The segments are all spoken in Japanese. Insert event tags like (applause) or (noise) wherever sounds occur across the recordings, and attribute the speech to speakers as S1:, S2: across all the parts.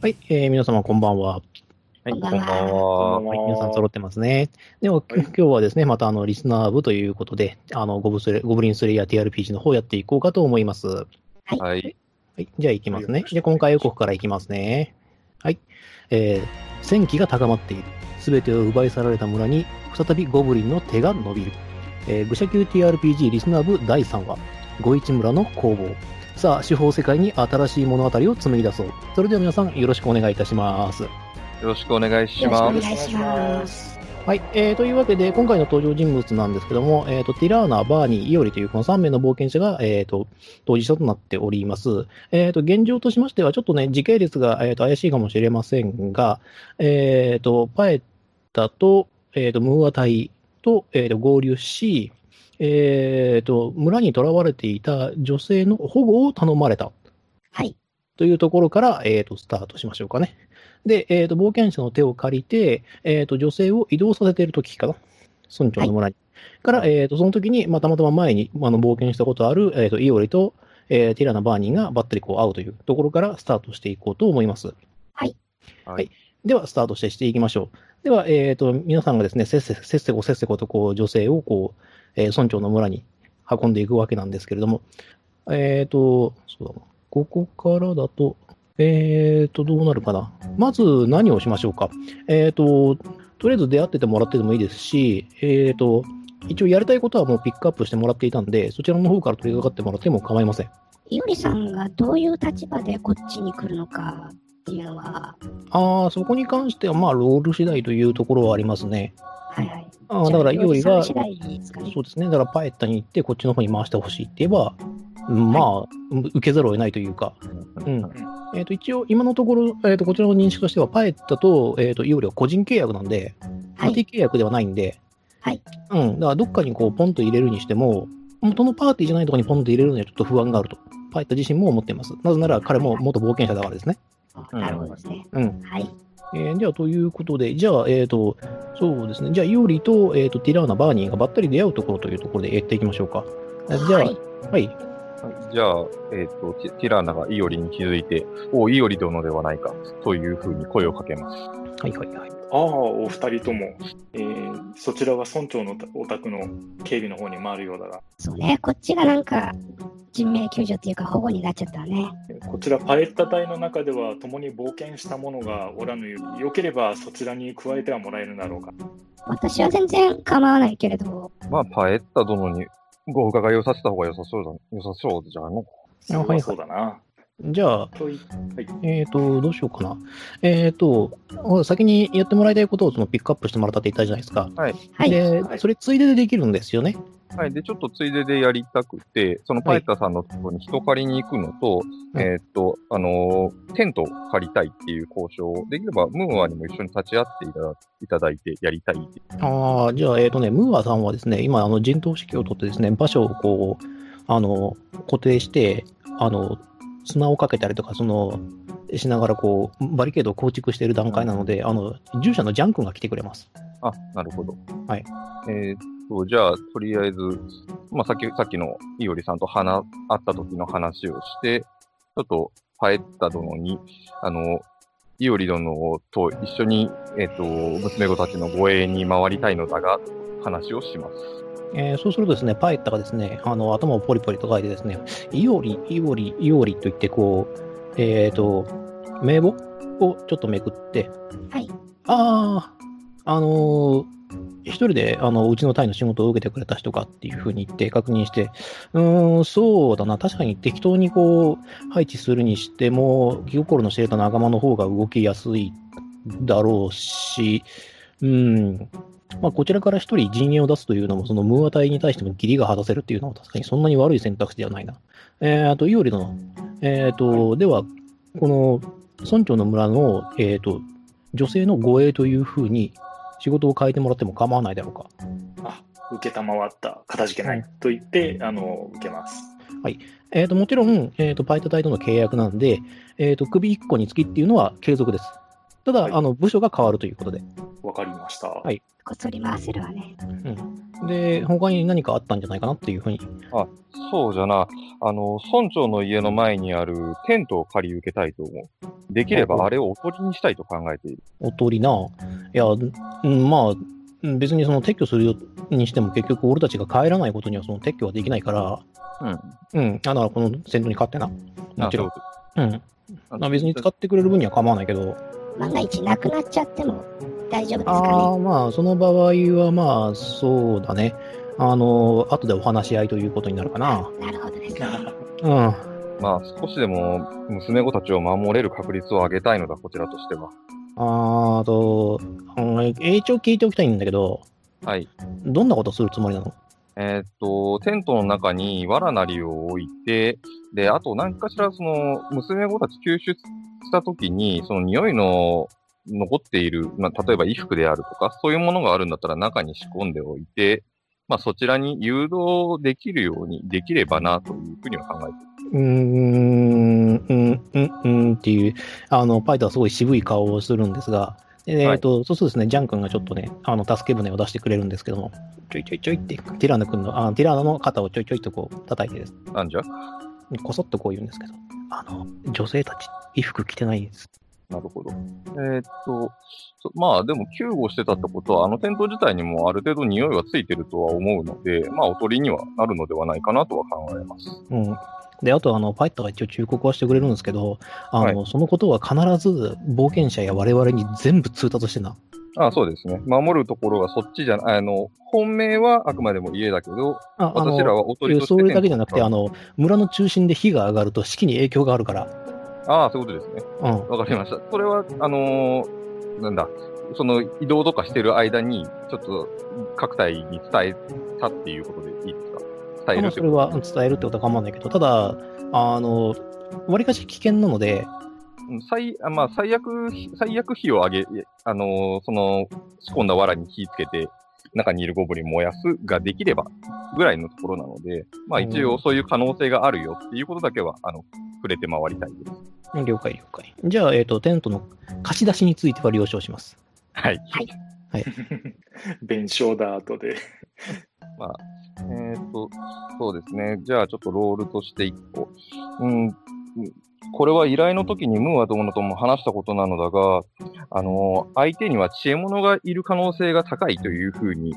S1: はい、えー皆様こんばんは。
S2: はい
S3: こんばんは
S2: は
S1: はい、皆さん揃ってますね。では、き今日はですね、またあの、リスナー部ということで、あの、ゴブスレゴブリンスレイヤー TRPG の方やっていこうかと思います。は
S2: はい。
S1: い、じゃあ行きます
S3: はい
S1: ね。で、今回予告から行きますね。はい、えー、戦気が高まっている。すべてを奪い去られた村に、再びゴブリンの手が伸びる。えー、愚者級 TRPG リスナー部第3話、五一村の攻防。さあ、司法世界に新しい物語を紡ぎ出そう。それでは皆さん、よろしくお願いいたします。
S2: よろしくお願いし
S3: よろしくお
S2: ま
S3: 願い
S2: す。
S3: します。
S1: はい、えー、というわけで、今回の登場人物なんですけども、えー、とティラーナ、バーニー、イオリというこの3名の冒険者が、えー、と当事者となっております。えー、と現状としましては、ちょっとね、時系列が、えー、と怪しいかもしれませんが、えー、とパエタと,、えー、とムーア隊と,、えー、と合流し、えー、と村に囚われていた女性の保護を頼まれた
S3: はい。
S1: というところから、えー、とスタートしましょうかね。で、えー、と冒険者の手を借りて、えー、と女性を移動させている時かな、村長の村に。から、えー、とその時に、まあ、たまたま前にあの冒険したことある、えー、とイオリと、えーティラナ・バーニーがばったりこう会うというところからスタートしていこうと思います。
S2: はい。
S1: では、スタートしてしていきましょう。では、えー、と皆さんがですね、せっせせっせこせっせことこう女性をこう、えー村長の村に運んでいくわけなんですけれども、えっ、と、そうだなここからだと、えっ、と、どうなるかな。まず何をしましょうか。えっ、と、とりあえず出会っててもらってでもいいですし、えっ、と、一応やりたいことはもうピックアップしてもらっていたんで、そちらの方から取り掛かってもらっても構いません。
S3: いおりさんがどういう立場でこっちに来るのかっていうのは、
S1: ああ、そこに関しては、まあ、ロール次第というところはありますね。
S3: はいはい。
S1: ああ、だから、イオリ
S3: じゃあ
S1: が、
S3: 次第ですかね
S1: そうですね、だからパエッタに行って、こっちの方に回してほしいって言えば、まあ、受けざるを得ないというか、うんえー、と一応、今のところ、えー、とこちらの認識としては、パエッタと,、えー、とイオリは個人契約なんで、パ
S3: は
S1: ーテ
S3: い。
S1: ィー契約ではないんで、
S3: はい
S1: うん、だからどっかにこうポンと入れるにしても、元のパーティーじゃないところにポンと入れるにはちょっと不安があると、パエッタ自身も思っています。なぜなら彼も元冒険者だからですね。
S2: うん
S3: なるほどですね。
S1: うん
S3: はい。
S1: えー、では、ということで、じゃあ、えっ、と、そうですね、じゃあ、イオリと,、えー、とティラーナ、バーニーがばったり出会うところというところでやっていきましょうか。えーじゃあ、
S3: はい
S1: はい
S2: じゃあ、えっ、と、ティティラーナがイオリに気づいて、おイオリ殿ではないか、というふうに声をかけます。
S1: はいはいはい。
S4: ああ、お二人とも、えーそちらは村長のお宅の警備の方に回るようだ
S3: そうね。こっちがなんか、人命救助っていうか保護になっちゃったね。
S4: が、こちらパレッタ隊の中では共に冒険した者がおらぬよう、よければそちらに加えてはもらえるだろうか。
S3: 私は全然構わないけれど、
S2: まあ、パエッタ殿にご伺いをさせた方が良さそうだ、良さそうじゃないの
S1: あはい
S4: そうだな。
S1: じゃあ、
S4: と言っ
S1: えっ、と、どうしようかな。えっ、と、ほら先にやってもらいたいことをそのピックアップしてもらったって言ったじゃないですか。
S3: はい。
S1: で、
S4: はい
S1: それついででできるんですよね。
S2: はい。で、ちょっとついででやりたくて、そのパエッタさんのところに人借りに行くのと、
S1: はい
S2: えっ、と、あのーテントを借りたいっていう交渉を、できればムーアにも一緒に立ち会っていただいただいてやりたいって
S1: ああ、じゃあ、えっ、とね、ムーアさんはですね、今、あの、陣頭指揮を取ってですね、場所をこう、あの、固定して、あの、砂をかけたりとか、その、しながらこう、バリケードを構築している段階なので、あの、従者のジャン君が来てくれます。
S2: あ、なるほど。
S1: はい。
S2: えーっと、じゃあ、とりあえず、まあ、さっき、さっきのいおりさんと話、会った時の話をして、ちょっと、パエッタ殿に、あの、いおり殿と一緒に、えーっと、娘子たちの護衛に回りたいのだが、話をします。
S1: えーそうするとですね、パエッタがですね、あの、頭をポリポリと書いてですね、イオリ、イオリ、イオリと言って、こう、えっ、と、名簿をちょっとめくって、
S3: はい。
S1: ああ、あのー一人で、あの、うちの隊の仕事を受けてくれた人かっていうふうに言って確認して、うーん、そうだな、確かに適当にこう、配置するにしても、気心の知れた仲間の方が動きやすいだろうし、うん、まあ、こちらから一人陣営を出すというのも、そのムーア隊に対しても義理が果たせるっていうのは確かにそんなに悪い選択肢ではないな。えー、あと、イオリの、えっ、と、では、この村長の村の、えっ、と、女性の護衛というふうに仕事を変えてもらっても構わないだろうか。
S4: あ、受けたまわった、かたじけない、と言って、あの、受けます。
S1: えっ、と、もちろん、えっ、と、パイタ隊との契約なんで、えっ、と、首1個につきっていうのは継続です。ただ、
S4: はい
S1: あの、部署が変わるということで。
S4: わかりました。
S1: い
S3: こっそり回せるわね。
S1: うん。で、他に何かあったんじゃないかなっていうふうに。
S2: そうじゃな。あの、村長の家の前にあるテントを借り受けたいと思う。できればあれをおとりにしたいと考えている。
S1: おとりな。いや、うんまあ、うん別にその撤去するにしても結局俺たちが帰らないことにはその撤去はできないから、
S2: うん。
S1: うん。あだからこの戦闘に勝ってな。もちろん。
S2: あ
S1: うん。
S2: そう
S1: まあ別に使ってくれる分には構わないけど、
S3: 万が一なくなっちゃっても大丈夫です
S1: あ
S3: か
S1: あ、まあ、その場合は、まあ、そうだね。あの、後でお話し合いということになるかな。
S3: ね。なるほどですね。
S1: うん。
S2: まあ、少しでも娘子たちを守れる確率を上げたいのだ、こちらとしては。
S1: あーと、うん一応聞いておきたいんだけど、
S2: はい。
S1: どんなことするつもりなの
S2: えーっと、テントの中に藁なりを置いて、で、あと何かしらその、娘子たち吸収した時に、その匂いの残っている、まあ、例えば衣服であるとか、そういうものがあるんだったら中に仕込んでおいて、まあ、そちらに誘導できるようにできればな、というふうには考えています
S1: うーん、うん、うん、うんっていう、あの、パイタはすごい渋い顔をするんですが、えっ、と、そうそうですね、ジャン君がちょっとね、あの、助け舟を出してくれるんですけども、ちょいちょいちょいって、ティラノ君の、あティラノの肩をちょいちょいとこう、叩いてですね
S2: なんじゃ
S1: こそっとこう言うんですけど、あの、女性たち、衣服着てないです。
S2: なるほど。えーっと、そまあでも救護してたってことは、あのテント自体にもある程度匂いはついてるとは思うので、まあおとりにはなるのではないかなとは考えます。
S1: うん。で、あと、あの、パイッタが一応忠告はしてくれるんですけど、あの、そのことは必ず冒険者や我々に全部通達してな。
S2: ああそうですね。守るところはそっちじゃなあの、本命はあくまでも家だけど、
S1: あ、あの
S2: 私らはおとりとして
S1: それだけじゃなくて、
S2: テン
S1: あの、村の中心で火が上がると士気に影響があるから。
S2: トああ、そういうことですね。
S1: うん。
S2: わかりました。それは、あのーなんだ、その移動とかしてる間に、ちょっと各隊に伝えたっていうことでいいですか伝える
S1: まあ
S2: って
S1: そ
S2: こ
S1: れ
S2: と
S1: は伝えるってことは構わないけど、ただ、あの、わりかし危険なので、
S2: うん最、あまあ、最悪、最悪火を上げ、あのーその、仕込んだ藁に火つけて、中にいるゴブリン燃やすができれば、ぐらいのところなので、まあ一
S1: う
S2: 応
S1: ん
S2: そういう可能性があるよっていうことだけは、あの、触れて回りたいです。
S1: 了解了解。じゃあ、えっ、と、テントの貸し出しについては了承します。
S2: はい。
S4: (laughs) 弁償だ後で。
S2: まあ、えーっと、そうですね。じゃあちょっとロールとして一個。うん、うんこれは依頼の時にムーア殿とも話したことなのだが、あのー相手には知恵者がいる可能性が高いというふうに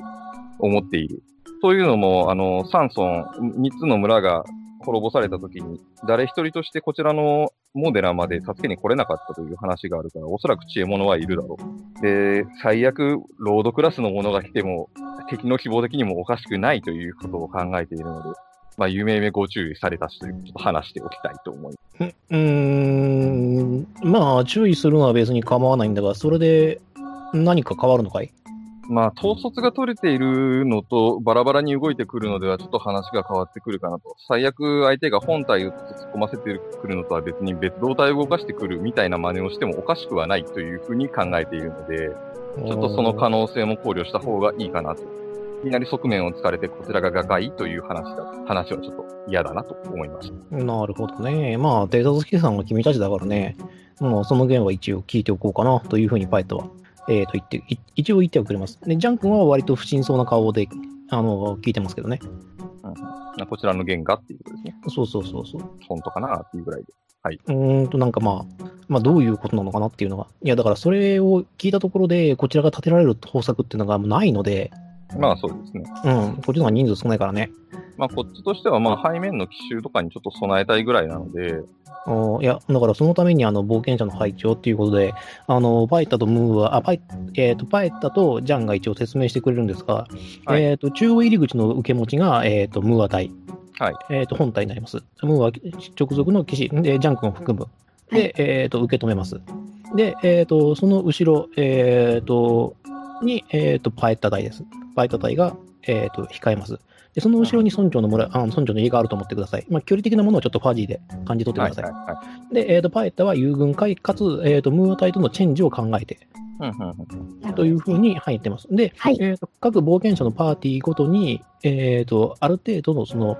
S2: 思っている。というのも、あのーサンソン、3つの村が滅ぼされた時に、誰一人としてこちらのモデラまで助けに来れなかったという話があるから、おそらく知恵者はいるだろう。で、最悪、ロードクラスの者が来ても、敵の希望的にもおかしくないということを考えているので、まあ、有名めご注意されたしということを話しておきたいと思います。
S1: ううーん、まあ、注意するのは別に構わないんだが、それで何か変わるのかい
S2: まあ、統率が取れているのと、バラバラに動いてくるのでは、ちょっと話が変わってくるかなと。最悪、相手が本体を突っ込ませてくるのとは別に別動体を動かしてくるみたいな真似をしてもおかしくはないというふうに考えているので、
S1: ち
S2: ちょっとその可能性も考慮した方がいいかなと。いきなり側面を突かれて、こちらが瓦解という話だ、話はちょっと嫌だなと思いました。
S1: なるほどね。まあ、データ好きさんは君たちだからね、まあ、その件は一応聞いておこうかなというふうにパイトは、えー、と言ってい一応言ってはくれます。で、ジャン君は割と不審そうな顔で、あの、聞いてますけどね。
S2: まあこちらの原画っていうことですね。
S1: そうそうそうそう。
S2: 本当かなっていうぐらいで。
S1: うーんと、なんかまあ、まあ、どういうことなのかなっていうのが。いや、だからそれを聞いたところで、こちらが立てられる方策っていうのがないので、
S2: まあそうですね。
S1: うん、こっちの方が人数少ないからね。
S2: まあこっちとしては、まあ背面の奇襲とかにちょっと備えたいぐらいなので、
S1: おいや、だからそのためにあの冒険者の配置をっていうことで、あのパエッタとムーは、あパエ,、えー、とパエッタとジャンが一応説明してくれるんですが、
S2: はい
S1: えー、と中央入り口の受け持ちが、えー、とムーア隊、
S2: はい
S1: えー、と本体になります。ムーは直属の騎士、でジャン君を含む。
S3: は
S1: で、えー、と受け止めます。で、えー、とその後ろ、えー、とに、えー、とパエッタ隊です。パエッタ隊が、えー、と控えます。でその後ろに村長の村、あ村長の家があると思ってください。まあ、距離的なものはちょっとファジーで感じ取ってく
S2: は
S1: だ
S2: い
S1: さ。
S2: はいいは
S1: で、えー、とパエッタは友軍会かつ、えー、とムーア隊とのチェンジを考えて
S2: い。うんうんうん
S3: なるほど
S1: というふうに入ってます。で、
S3: はい
S1: えー、と各冒険者のパーティーごとに、えー、とある程度のその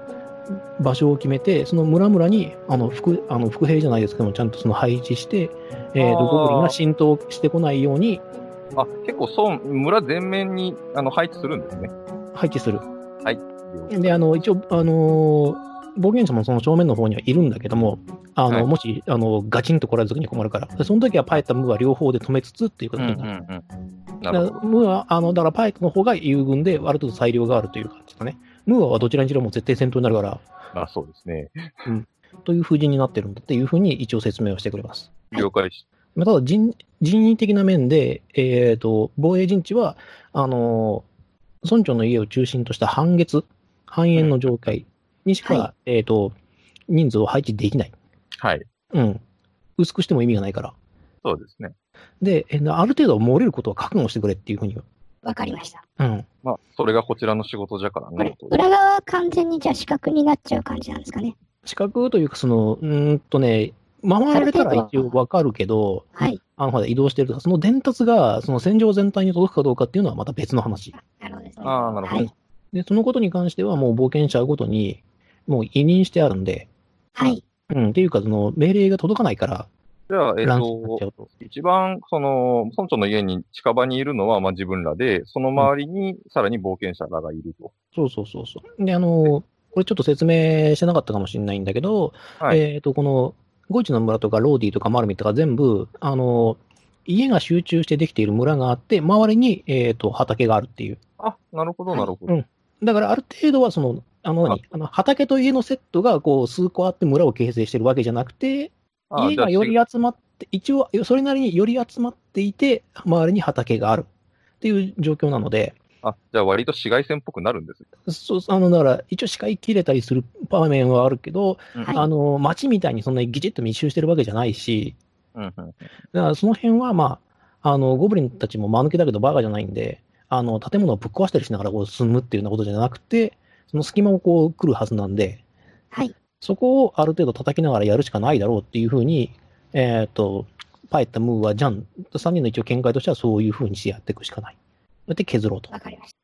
S1: 場所を決めて、その村々にあの副あの副兵じゃないですけども、ちゃんとその配置して、えー、
S2: あ
S1: と
S2: ー
S1: ゴブリンが浸透してこないように、
S2: あ、結構そう、村全面にあの配置するんですね。
S1: 配置する。
S2: 了
S1: で、あの、一応、あのー冒険者もその正面の方にはいるんだけども、あの、
S2: はい
S1: もし、あの、ガチンと来られた時に困るから、でその時はパエット、ムーは両方で止めつつっていうこ
S2: うん
S1: と
S2: う
S1: に
S2: ん
S1: なる。
S2: うん。なるほ
S1: だ
S2: ど。
S1: からムーは、あの、だからパエットの方が優軍で、ある程度裁量があるという感じだね。ムーアはどちらにしろもう絶対戦闘になるから、
S2: まあそうですね。
S1: という風になってるんだっていうふうに一応説明をしてくれます。
S2: 了解し、
S1: まあただ人、人為的な面で、えー、と防衛陣地はあのー村長の家を中心とした半月、半円の状態にしか、
S3: は
S1: えー、と人数を配置できない、
S2: はい。
S1: うん、薄くしても意味がないから、
S2: そうですね。
S1: でえーある程度漏れることは覚悟してくれっていうふうには、
S3: わかりました。
S1: うん、
S2: まあ、それがこちらの仕事じゃから
S3: これ
S2: ね。、
S3: 裏側は完全にじゃあ四角になっちゃう感じなんですかね。
S1: 資格というかその、うーんとね、回られたら一応わかるけど、
S3: はい。
S1: あのほら移動してるとか、その伝達がその戦場全体に届くかどうかっていうのはまた別の話。
S3: なるほどですね。
S2: ああ、なるほ
S3: は
S2: ど。
S3: い。
S1: で、そのことに関しては、もう冒険者ごとに、もう委任してあるんで、
S3: はい。
S1: うん、っていうか、その命令が届かないから、
S2: じゃあ、えっ、
S1: フランスになっちゃ
S2: と、
S1: うと。
S2: 一番、その、村長の家に近場にいるのは、まあ自分らで、その周りにさらに冒険者らがいると。
S1: そうそうそうそう。で、あの、これちょっと説明してなかったかもしれないんだけど、
S2: はい
S1: えっ、と、この、ゴチの村とかローディとかマルミとか全部、あの、家が集中してできている村があって、周りに、えっ、と、畑があるっていう。
S2: あ、なるほど、
S3: はい
S2: なるほ
S1: う
S2: ど。
S1: んだから、ある程度は、その、あの
S2: あ
S1: 何あの畑と家のセットが、こう、数個あって村を形成してるわけじゃなくて、
S2: あ
S1: 家
S2: じゃ
S1: が
S2: あ
S1: より集まって、一応、それなりにより集まっていて、周りに畑があるっていう状況なので、
S2: あ、じゃあ割と紫外線っぽくなるんですね。
S1: そうあのだから、一応、視界切れたりする場面はあるけど、
S2: うん
S3: はい
S1: あの街みたいにそんなにぎちっと密集してるわけじゃないし、
S2: うんうん
S1: だからその辺はまあ、あのゴブリンたちも間抜けだけど、バカじゃないんで、あの建物をぶっ壊したりしながらこう進むっていうようなことじゃなくて、その隙間をこう来るはずなんで、
S3: はい。
S1: そこをある程度叩きながらやるしかないだろうっていうふうに、えっ、と、パエッタ、ムーア、ジャン、3人の一応見解としてはそういうふうにしてやっていくしかない。で、削ろうと。
S3: わかりまし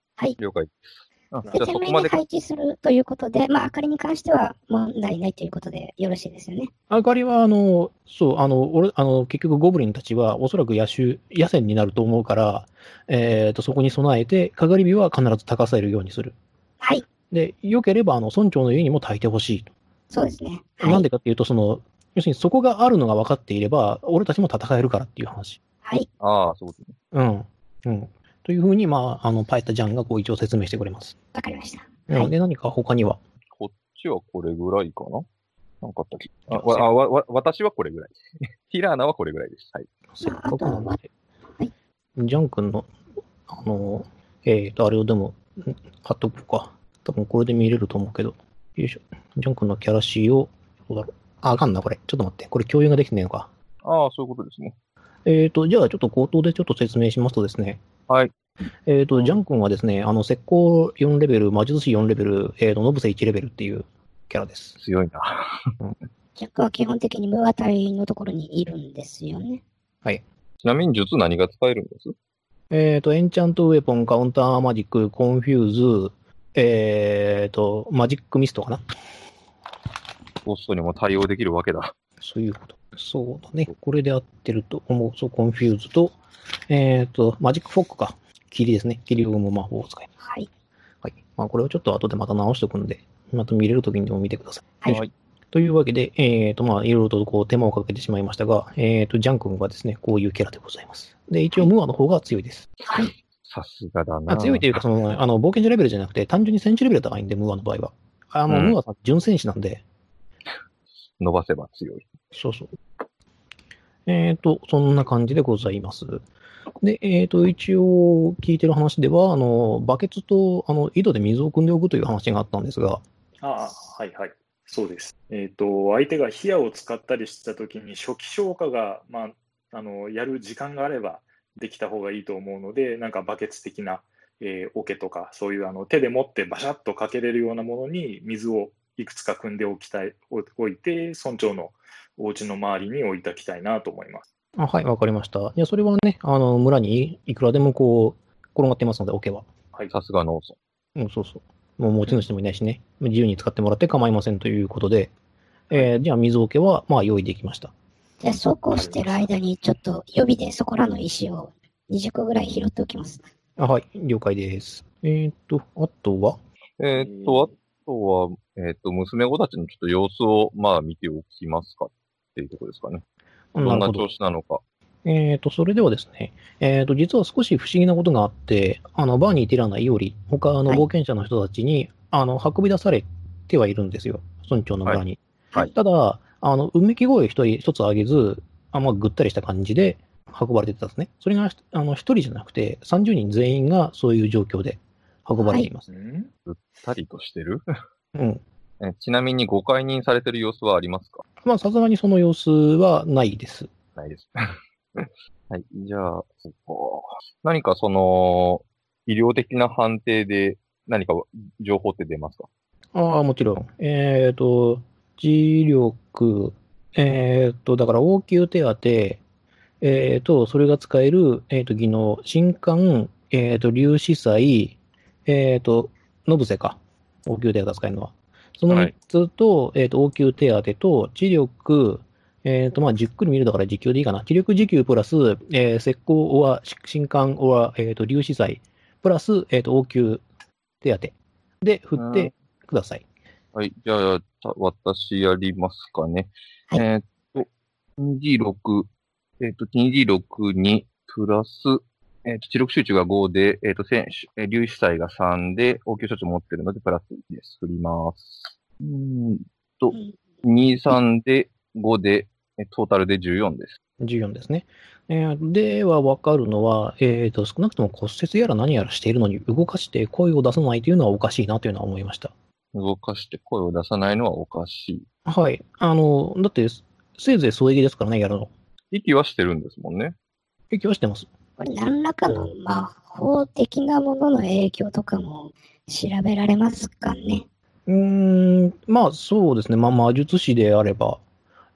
S2: 了解。
S3: た。で、
S2: あじゃあそ
S3: 全
S2: こ
S3: 面
S2: ま
S3: に
S2: でか
S3: 配置するということで、まあ、明かりに関しては問題ないということでよろしいですよね。
S1: あかりは、あの、そう、あの、俺、あの、結局ゴブリンたちはおそらく野手、野戦になると思うから、えっ、と、そこに備えて、かがり火は必ず高されるようにする。
S3: はい。
S1: で、良ければ、あの、村長の家にも炊いてほしいと。
S3: そうですね。はい
S1: なんでかっていうと、その、要するにそこがあるのが分かっていれば、俺たちも戦えるからっていう話。
S3: はい。
S2: ああ、そうですね。
S1: うん。うん。というふうに、まあ、あの、パエッタジャンがこう一応説明してくれます。
S3: わかりました。
S1: な
S3: は
S1: の
S3: い
S1: で、何か他には。
S2: こっちはこれぐらいかななんかあったっけあ
S1: すいません
S2: わあわわ私はこれぐらい。 (laughs) ヒラーナはこれぐらいです。はい。
S1: せっかくなので
S3: はい。
S1: ジャン君の、あの、えっ、と、あれをでも、ん貼っとこうか。多分これで見れると思うけど。よいしょ。ジャン君のキャラシーを、どうだろう。あ、あかんな、これ。ちょっと待って。これ共有ができてないのか。
S2: ああ、そういうことですね。
S1: えっ、と、じゃあ、ちょっと口頭でちょっと説明しますとですね。
S2: はい。
S1: えっ、と、ジャン君はですね、あの、石膏4レベル、魔術師4レベル、えっ、と、ノブセ1レベルっていうキャラです。
S2: 強いな。
S3: ジャックは基本的に無話隊のところにいるんですよね。
S2: ちなみに術何が使えるんです
S1: えっ、と、エンチャントウェポン、カウンターマジック、コンフューズ、えっ、と、マジックミストかな
S2: コストにも対応できるわけだ。 (laughs)
S1: そういうこと。そうだね。これで合ってると思う。そう、コンフューズと、えっ、と、マジックフォックか。霧ですね。霧を生む魔法を使い。
S3: はい。
S1: はい。まあ、これをちょっと後でまた直しておくんで、また見れるときにでも見てください。
S3: はい
S2: はい
S1: というわけで、えっ、と、まあ、いろいろとこう手間をかけてしまいましたが、えっ、と、ジャン君はですね、こういうキャラでございます。で、一応、ムーアの方が強いです。
S3: はい。
S2: さすがだな。
S1: あ強いというかその、あの冒険者レベルじゃなくて、単純に戦士レベルが高いんで、ムーアの場合は。あの、
S2: うん
S1: ムーアさん、純戦士なんで、
S2: 伸ばせば強い。
S1: そうそう。えっ、と、そんな感じでございます。で、えっ、と、一応、聞いてる話では、あの、バケツと、あの、井戸で水を汲んでおくという話があったんですが、
S4: ああ、はいはい。そうです。えっ、と、相手が火矢を使ったりしたときに、初期消化が、まあ、あの、やる時間があればできた方がいいと思うので、なんかバケツ的な、えー桶とか、そういうあの手で持ってバシャッとかけれるようなものに水をいくつか汲んでおきたい、お置いて、村長のお家の周りに置いておきたいなと思います。
S1: あはい、わかりました。いや、それはね、あの、村にいくらでもこう、転がってますので、桶は。
S4: はい。
S2: さすがの、
S1: うん、そうそう。もう持ち主でもいないしね、自由に使ってもらって構いませんということで、えーじゃあ、水桶は、まあ、用意できました。
S3: じゃあ、そうこうしてる間に、ちょっと予備でそこらの石を20個ぐらい拾っておきます。
S1: あはい、了解です。えーっと、あとは
S2: えーっと、あとは、えーっと、娘子たちのちょっと様子を、まあ、見ておきますかっていうところですかね。どんな調子なのか。
S1: えー、と、それではですね、えー、と、実は少し不思議なことがあって、あの、バーにいてらないより、他の
S3: はい
S1: 冒険者の人たちに、あの、運び出されてはいるんですよ、村長のバーに。
S2: はいはい
S1: ただ、あの、うめき声を一人一つ上げず、あんまぐったりした感じで運ばれてたんですね。それが、あの、一人じゃなくて、30人全員がそういう状況で運ばれています。
S4: うん
S2: たりとしてる
S1: うん。
S2: えちなみにご解任されてる様子はありますか
S1: まあ、さすがにその様子はないです。
S2: ないです。 (laughs) はい。じゃあ、そこ。何かその、医療的な判定で何か情報って出ますか
S1: ああ、もちろん。えっ、と、磁力、えっ、と、だから応急手当、えっ、と、それが使える、えっ、と、技能、新刊、えっ、と、粒子祭、えっ、と、ノブセか。応急手当が使えるのは。その
S2: はい
S1: 3つと、えっ、と、応急手当と、磁力、えっ、と、まあ、じっくり見るだから時給でいいかな。磁力時給プラス、えー、石膏オア、新刊オア、えっ、と、粒子祭、プラス、えっ、と、応急手当で振って、ください。
S2: はい。じゃあ、た私やりますかね。
S3: はい
S2: えーっと、2D6、えーっと、2D6 に、プラス、えーっと、知力集中が5で、えーっと、選手、えー、粒子祭が3で、応急処置持ってるので、プラス1です。振ります。うーん、
S3: うん
S2: 2、3で、5で、えートータルで14です。
S1: 14ですね。えーでは、わかるのは、えっ、と、少なくとも骨折やら何やらしているのに動かして声を出さないというのはおかしいなというのは思いました。
S2: 動かして声を出さないのはおかしい。
S1: はい。あの、だって、せいぜい添え木ですからね、やるの。息
S2: 息はしてるんですもんね。
S1: 息はしてます。
S3: これ何らかの魔法的なものの影響とかも調べられますかね。
S1: うーん、まあそうですね。まあ魔術師であれば、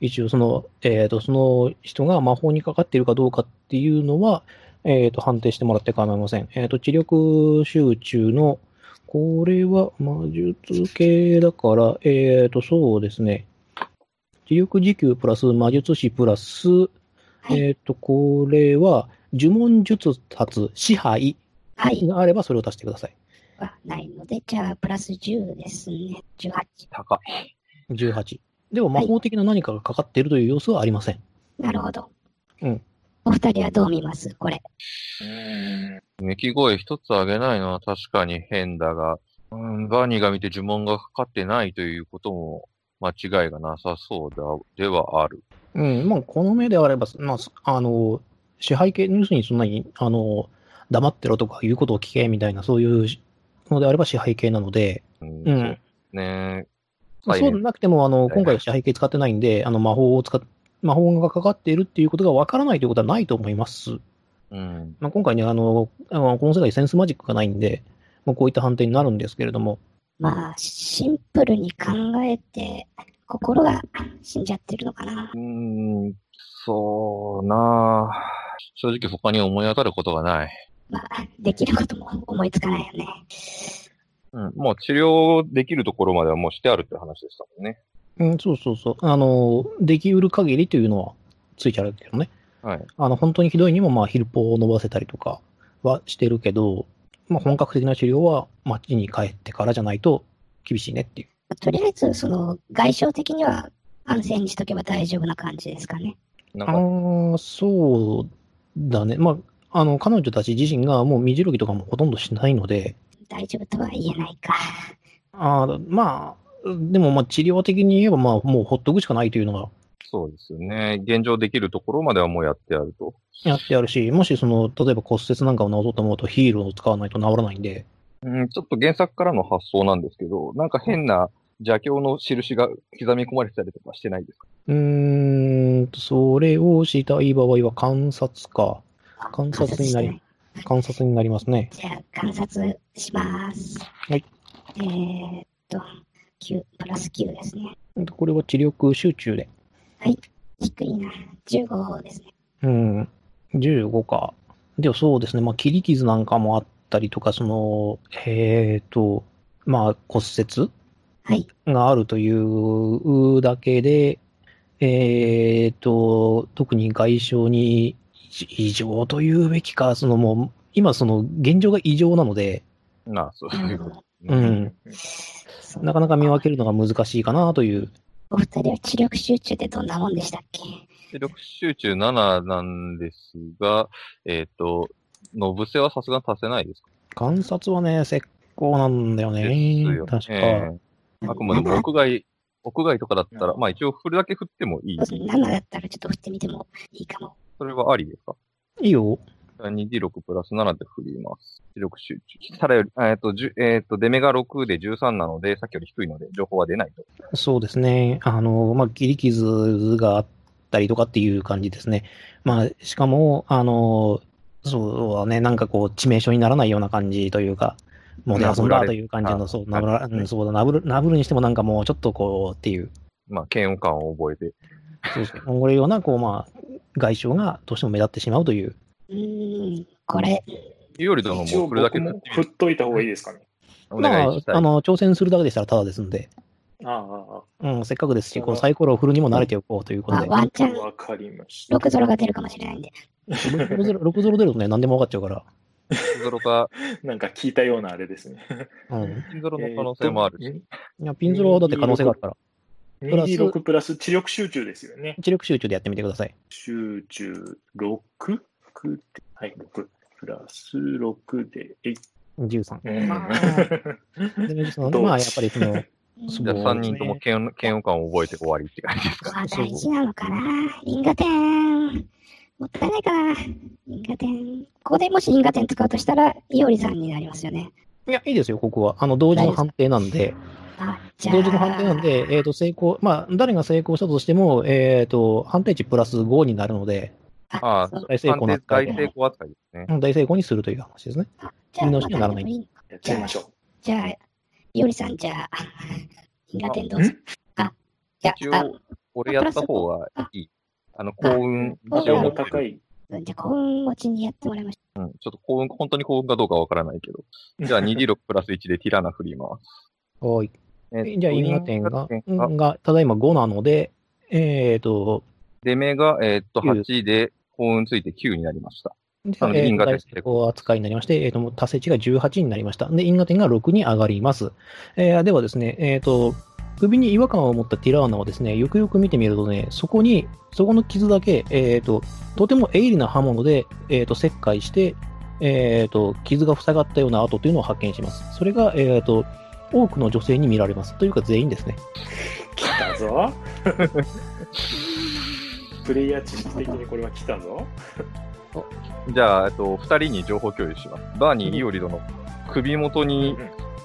S1: 一応その、えっ、と、その人が魔法にかかっているかどうかっていうのは、えっ、と、判定してもらって構いません。えっ、と、知力集中の、これは魔術系だから、えっ、と、そうですね。知力時給プラス魔術師プラス、
S3: い
S1: えっ、と、これは、呪文術達、支配
S3: はい。
S1: があればそれを足してください。
S3: はないので、じゃあ、プラス10ですね。18。
S2: 高い。
S1: 18。では魔法的な何かがかかっているという様子はありません。
S3: なるほど。
S1: うん。
S3: お二人はどう見ますこれ。
S4: うん
S2: 鳴き声一つ上げないのは確かに変だが、うん、バーニーが見て呪文がかかってないということも間違いがなさそうだ、ではある。
S1: うん、まあ、この目であれば、まあす、あの、支配系、要するにそんなに、あの、黙ってろとか言うことを聞けみたいな、そういうのであれば支配系なので、
S2: うん
S1: うん
S2: そうね
S1: まあ、
S2: はい
S1: そうでなくても、あの、
S2: い
S1: 今回は支配系使ってないんで、あの、魔法を使っ、魔法がかかっているっていうことがわからないということはないと思います。
S2: うん。
S1: まあ、今回ね、あの、あのこの世界センスマジックがないんで、まあ、こういった判定になるんですけれども、
S3: まあ、シンプルに考えて、心が死んじゃってるのかな。
S2: うん、そうなあ正直他に思い当たることがない。
S3: まあ、できることも思いつかないよね。
S2: うん、もう治療できるところまではもうしてあるって話でしたもんね。
S1: うん、そうそうそう。あの、できうる限りというのはついてあるけどね。
S2: はい。
S1: あの、本当にひどいにも、まあ、ヒルポを伸ばせたりとかはしてるけど、まあ、本格的な治療は町に帰ってからじゃないと厳しいねっていう。
S3: とりあえず、その、外傷的には安静にしとけば大丈夫な感じですかね。
S2: なんか、
S1: ああ、そうだね。まあ、あの、彼女たち自身がもう身じろぎとかもほとんどしないので、
S3: 大丈夫とは言えないか。
S1: ああ、まあ、でも、まあ、治療的に言えば、まあ、もうほっとくしかないというのが
S2: そうですよね。現状できるところまではもうやってあると。
S1: やってあるし、もし、その、例えば骨折なんかを治そうと思うと、ヒールを使わないと治らないんで、
S2: うん、ちょっと原作からの発想なんですけど、なんか変な邪教の印が刻み込まれてたりとかしてないですか
S1: うーんと、それをしたい場合は観察か。観察になり
S3: 観
S1: 観察になりますね。
S3: 察してないじゃあ、観察します。
S1: はい。
S3: えーっと、9、プラス9ですね。
S1: これは知力集中で。
S3: 低いな。15ですね。
S1: うん。15か。でもそうですね。まあ、切り傷なんかもあったりとか、その、えっ、と、まあ、骨折
S3: はい。
S1: があるというだけで、えっ、と、特に外傷に異異常というべきか、そのも今その現状が異常なので、
S2: なあ、そういうこと。
S1: う
S2: うん
S1: ん、なかなか見分けるのが難しいかなという。
S3: お二人は知力集中ってどんなもんでしたっけ
S2: 出力集中7なんですが、えっ、と、のぶせはさすがに足せないですか
S1: 観察はね、石膏なんだよね。
S2: ですよ
S1: 確か。
S2: ええあくまでも屋外、屋外とかだったら、まあ一応振るだけ振ってもいい。
S3: そうですね7だったらちょっと振ってみてもいいかも。
S2: それはありですか
S1: いいよ。
S2: 2D6 プラス7で振ります。出力集中。ただより、えっ、と、じゅえっ、と、出目が6で13なので、さっきより低いので、情報は出ないと。
S1: そうですね。あの、まあ、切り傷があったりとかっていう感じですね。まあ、しかも、あの、そうはね、なんかこう、致命傷にならないような感じというか、もうで遊んだという感じの、
S2: 殴られ
S1: そう、
S2: あ
S1: なぶら、うん、そうだ、なぶる、なぶるにしてもなんかもうちょっとこうっていう、
S2: まあ、嫌悪感を覚えて。
S1: そうそう、これような、こう、まあ、外傷がどうしても目立ってしまうという。
S3: うーん、これ、
S2: いうよりども、
S4: 一応
S2: 振るだけ
S4: 僕
S2: 振って
S4: も振っといた方がいいですかね。
S2: お
S1: ま
S2: 願
S1: あ
S2: いし、た
S1: あ
S2: い。
S1: の、挑戦するだけでしたらただですんで、
S4: あああ
S1: うん、せっかくですし、
S4: そう
S1: こう、サイコロを振るにも慣れておこうということで、
S3: まあワンチ
S4: あ、
S3: ャン
S4: わかりました。
S3: 6ゾロが出るかもしれないんで。
S1: 6ゼロ6ゼロ出るとね、何でも分かっちゃうから、
S2: ピンゾロか、
S4: なんか聞いたようなあれですね。
S1: うん。
S2: ピンゾロの可能性もあるし。
S1: いや、ピンゾロはだって可能性があるから、プラス
S4: 2D6 プラス知力集中ですよね。
S1: 知力集中でやってみてください。
S4: 集中 6? くてはい、6。プラス6で、えい。
S1: 13。
S4: うん
S3: まあ
S1: でねその
S4: どう
S1: まあ、やっぱりその、
S3: うん
S1: そ
S2: じゃあ
S1: う
S2: 3人とも嫌悪嫌悪感を覚えて終わりって感じですか。
S3: まあ大事なのかな。因果点。もったいないかな。因果点。ここでもし因果点使うとしたら、いおりさんになりますよね。
S1: いや、いいですよ、ここは。あの、同時の判定なんで、
S3: あ、じゃあ。
S1: 同時の判定なんで、えっ、と、成功、まあ、誰が成功したとしても、えっ、と、判定値プラス5になるので、
S2: ああ
S3: そう
S1: 大成
S2: 判
S1: 功な
S2: 定
S1: 扱
S2: 大
S1: いで
S2: 成功扱いですね。
S1: うん大成功にするという話ですね。
S3: じゃあ、
S1: 見直
S3: まあ
S1: しにはならない
S3: 誰でもいい
S4: (laughs) やっちゃいましょ
S3: じゃあ、いおりさん、じゃあ、因果点どうぞ。あ、いや、
S2: 一
S3: あ、
S2: 応、俺やった方がいい。あの、幸運、
S4: う。
S3: あ
S2: 一
S4: 一
S2: 応
S4: 応
S2: 持
S4: も
S2: って
S4: 高
S2: る、
S4: い。
S3: じゃあ、幸運持ちにやってもらいまし
S2: うん。ちょっと幸運、本当に幸運かどうかわからないけど。じゃあ
S4: (laughs)
S2: 2D6 プラス1でティラナ振ります。
S1: はい。
S2: えっと
S1: じゃあ、因果点が
S2: 因、果
S1: うんが、ただいま5なので、えっ、と、
S2: 出目が、えっと、
S1: 九
S2: 8で、幸運ついて9になりました。
S1: で
S2: なので
S1: えー
S2: 因果点
S1: 大成功扱いになりまして、えっ、と、もう達成値が18になりました。で、因果点が6に上がります。えーではですね、えっ、と、首に違和感を持ったティラーナをですね、よくよく見てみるとね、そこに、そこの傷だけ、えっ、と、とても鋭利な刃物で、えっ、と、切開して、えっ、と、傷が塞がったような跡というのを発見します。それが、えっ、と、多くの女性に見られます。というか、全員ですね。
S4: 来たぞ。プレイヤー知識的にこれは来たぞ。
S2: じゃあ、えっと、2人に情報共有します。バーニー・イオリドの首元に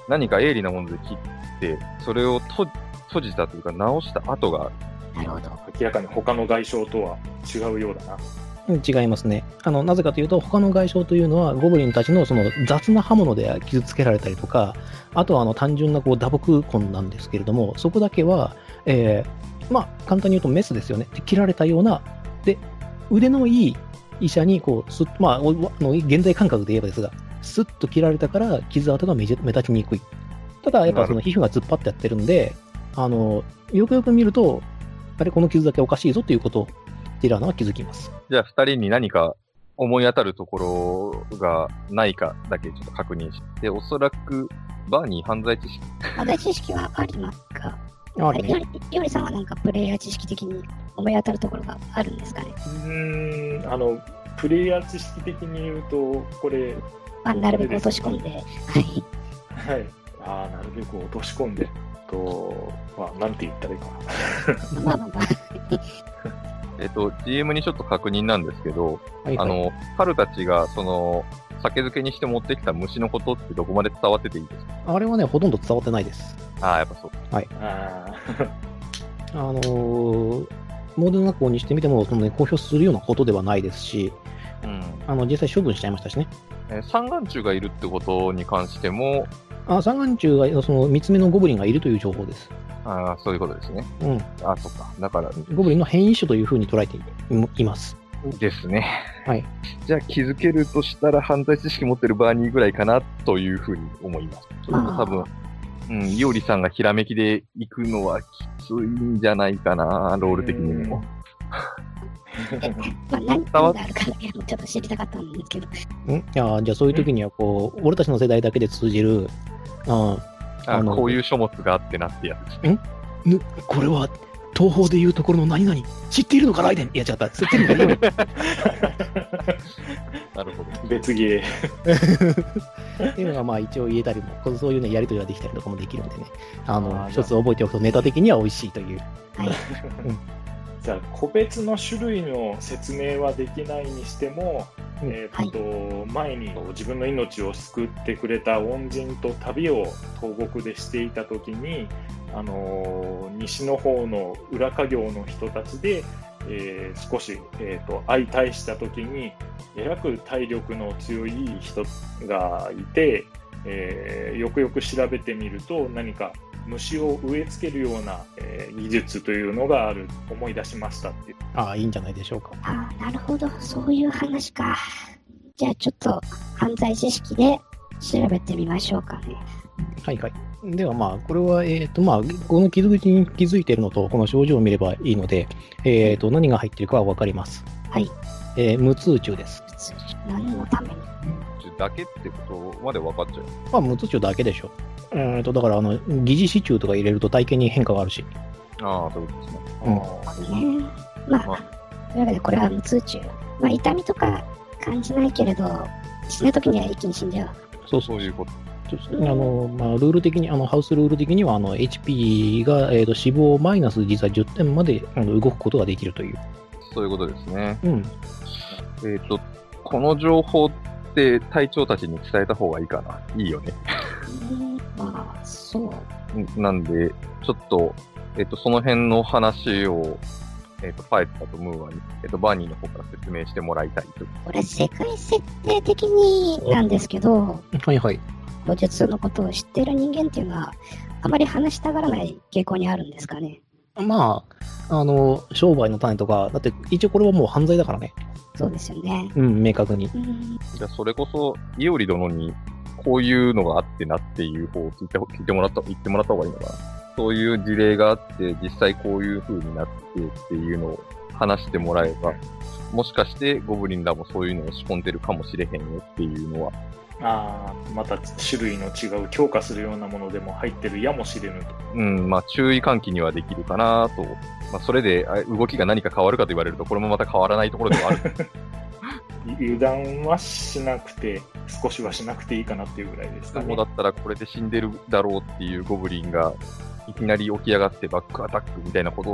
S2: 何か鋭利なもので切って、それをと閉じたというか、直した跡が
S3: た。なるほど。
S4: 明らかに他の外傷とは違うようだな。
S1: うん違いますね。あの、なぜかというと、他の外傷というのは、ゴブリンたちのその雑な刃物で傷つけられたりとか、あとはあの単純なこう打撲痕なんですけれども、そこだけは、えーまあ、簡単に言うとメスですよね。で切られたような、で、腕のいい医者に、こう、すっまあ、おおあの現在感覚で言えばですが、スッと切られたから、傷跡が目じ目立ちにくい。ただ、やっぱその皮膚が突っ張ってやってるんで、あの、よくよく見ると、あれ、この傷だけおかしいぞということを、ディラーナは気づきます。
S2: じゃあ、二人に何か思い当たるところがないかだけちょっと確認して、おそらく、バーニー犯罪知識。
S3: 犯罪知識はありますか
S1: あ
S3: いおりいおりさんはなんかプレイヤー知識的に思い当たるところがあるんですかね
S4: うーん、あの、プレイヤー知識的に言うと、これ、
S3: まあ、なるべく落とし込んで、はい。
S4: はい。ああ、なるべく落とし込んで、と、まあ、なんて言ったらいいかな。
S3: まあまあまあ、
S2: えっと、GM にちょっと確認なんですけど、
S1: はい
S2: あ
S1: はい
S2: の、彼たちが、その、酒漬けにして持ってきた虫のことってどこまで伝わってていいですか
S1: あれはね、ほとんど伝わってないです。
S2: ああ、やっぱそう。
S4: あ
S1: あのー、モデル学校にしてみても、そのね、公表するようなことではないですし、
S2: うん。
S1: あの、実際処分しちゃいましたしね。
S2: えー三眼中がいるってことに関しても、
S1: あ、三眼中が、その、三つ目のゴブリンがいるという情報です。
S2: あーそういうことですね。
S1: うん。
S2: ああ、そっか。だから、
S1: ゴブリンの変異種というふうに捉えていいます。
S2: ですね。
S1: はい。
S2: (laughs) じゃあ、気づけるとしたら、犯罪知識持ってるバーニーぐらいかな、というふうに思います。ちょっと多分、うん、いおりさんがひらめきで行くのはきついんじゃないかな、ロール的にも。
S3: まあ、何
S2: 伝わっ
S3: があるかだけちょっと知りたかったんですけど。
S1: んいやじゃあそういう時にはこう、俺たちの世代だけで通じる、あ
S2: あ
S1: あの
S2: こういう書物があってなってやつ。
S1: これは東方でいうところの何々、知っているのか、ライデンいや、違った、知ってるのか、ライデ
S2: なるほど。
S4: (laughs) 別ゲ
S1: ンっていうのがまあ一応言えたりも、こうそういうね、やりとりができたりとかもできるんでね、あの、
S4: あーじゃ
S1: 一
S4: あ
S1: つ覚えておくとネタ的には美味しいという。
S4: ー。じゃあ、個別の種類の説明はできないにしても、
S1: うん
S4: えーっと、前に自分の命を救ってくれた恩人と旅を東国でしていたときに、あのー西の方の裏稼業の人たちで、えー少し、えーっと相対したときに、えらく体力の強い人がいて、えーよくよく調べてみると何か虫を植え付けるような、えー技術というのがある思い出しましたっていう
S1: ああ、いいんじゃないでしょうか。
S3: ああ、なるほど。そういう話か。じゃあちょっと犯罪知識で調べてみましょうかね。
S1: はいはい。ではまあ、これは、えっ、とまあ、この傷口に気づいているのと、この症状を見ればいいので、えっ、と、何が入っているかはわかります。
S3: はい。
S1: えー無痛中です。
S3: 普通に何のために。
S2: だけってことまで分かっちゃう。
S1: まあ、無痛中だけでしょ。えっ、と、だから、あの、疑似支柱とか入れると体験に変化があるし。
S2: ああ、そういうことですね。
S1: うん
S3: ねま
S2: ま
S3: あ、というわけでこれは無痛中。まあ、痛みとか感じないけれど、死ぬ時には一気に死んじゃう。
S1: そう
S2: そういうこと。
S1: ちょっとあの、まあ、ルール的に、あの、ハウスルール的には、あの、HP が、えっ、と、死亡マイナス実は10点まであの動くことができるという。
S2: そういうことですね。
S1: うん。
S2: えっ、と、この情報って隊長たちに伝えた方がいいかな。いいよね。
S3: まあ、そう。
S2: んなんで、ちょっと、えっ、と、その辺の話を、えっ、と、ファイターとムーアに、えっ、と、バーニーの方から説明してもらいたいと。
S3: これ世界設定的になんですけど、
S1: はいはい。
S3: 武術のことを知っている人間っていうのは、あまり話したがらない傾向にあるんですかね。
S1: まあ、あの、商売の種とか、だって、一応これはもう犯罪だからね。
S3: そうですよね。
S1: うん、明確に。
S3: うん、
S2: じゃあ、それこそ、イオリ殿に、こういうのがあってなっていう方を聞いて聞いてもらった、言ってもらった方がいいのかな。そういう事例があって、実際こういう風になってっていうのを話してもらえば、もしかしてゴブリンらもそういうのを仕込んでるかもしれへんよっていうのは、
S4: あーまた種類の違う強化するようなものでも入ってるやもしれぬと
S2: うん、まあ注意喚起にはできるかなと。まあそれであ動きが何か変わるかと言われると、これもまた変わらないところではある。
S4: い油断はしなくて少しはしなくていいかなっていうぐらいですか
S2: も
S4: ね
S2: うだったらこれで死んでるだろうっていうゴブリンが、いきなり起き上がってバックアタックみたいなこ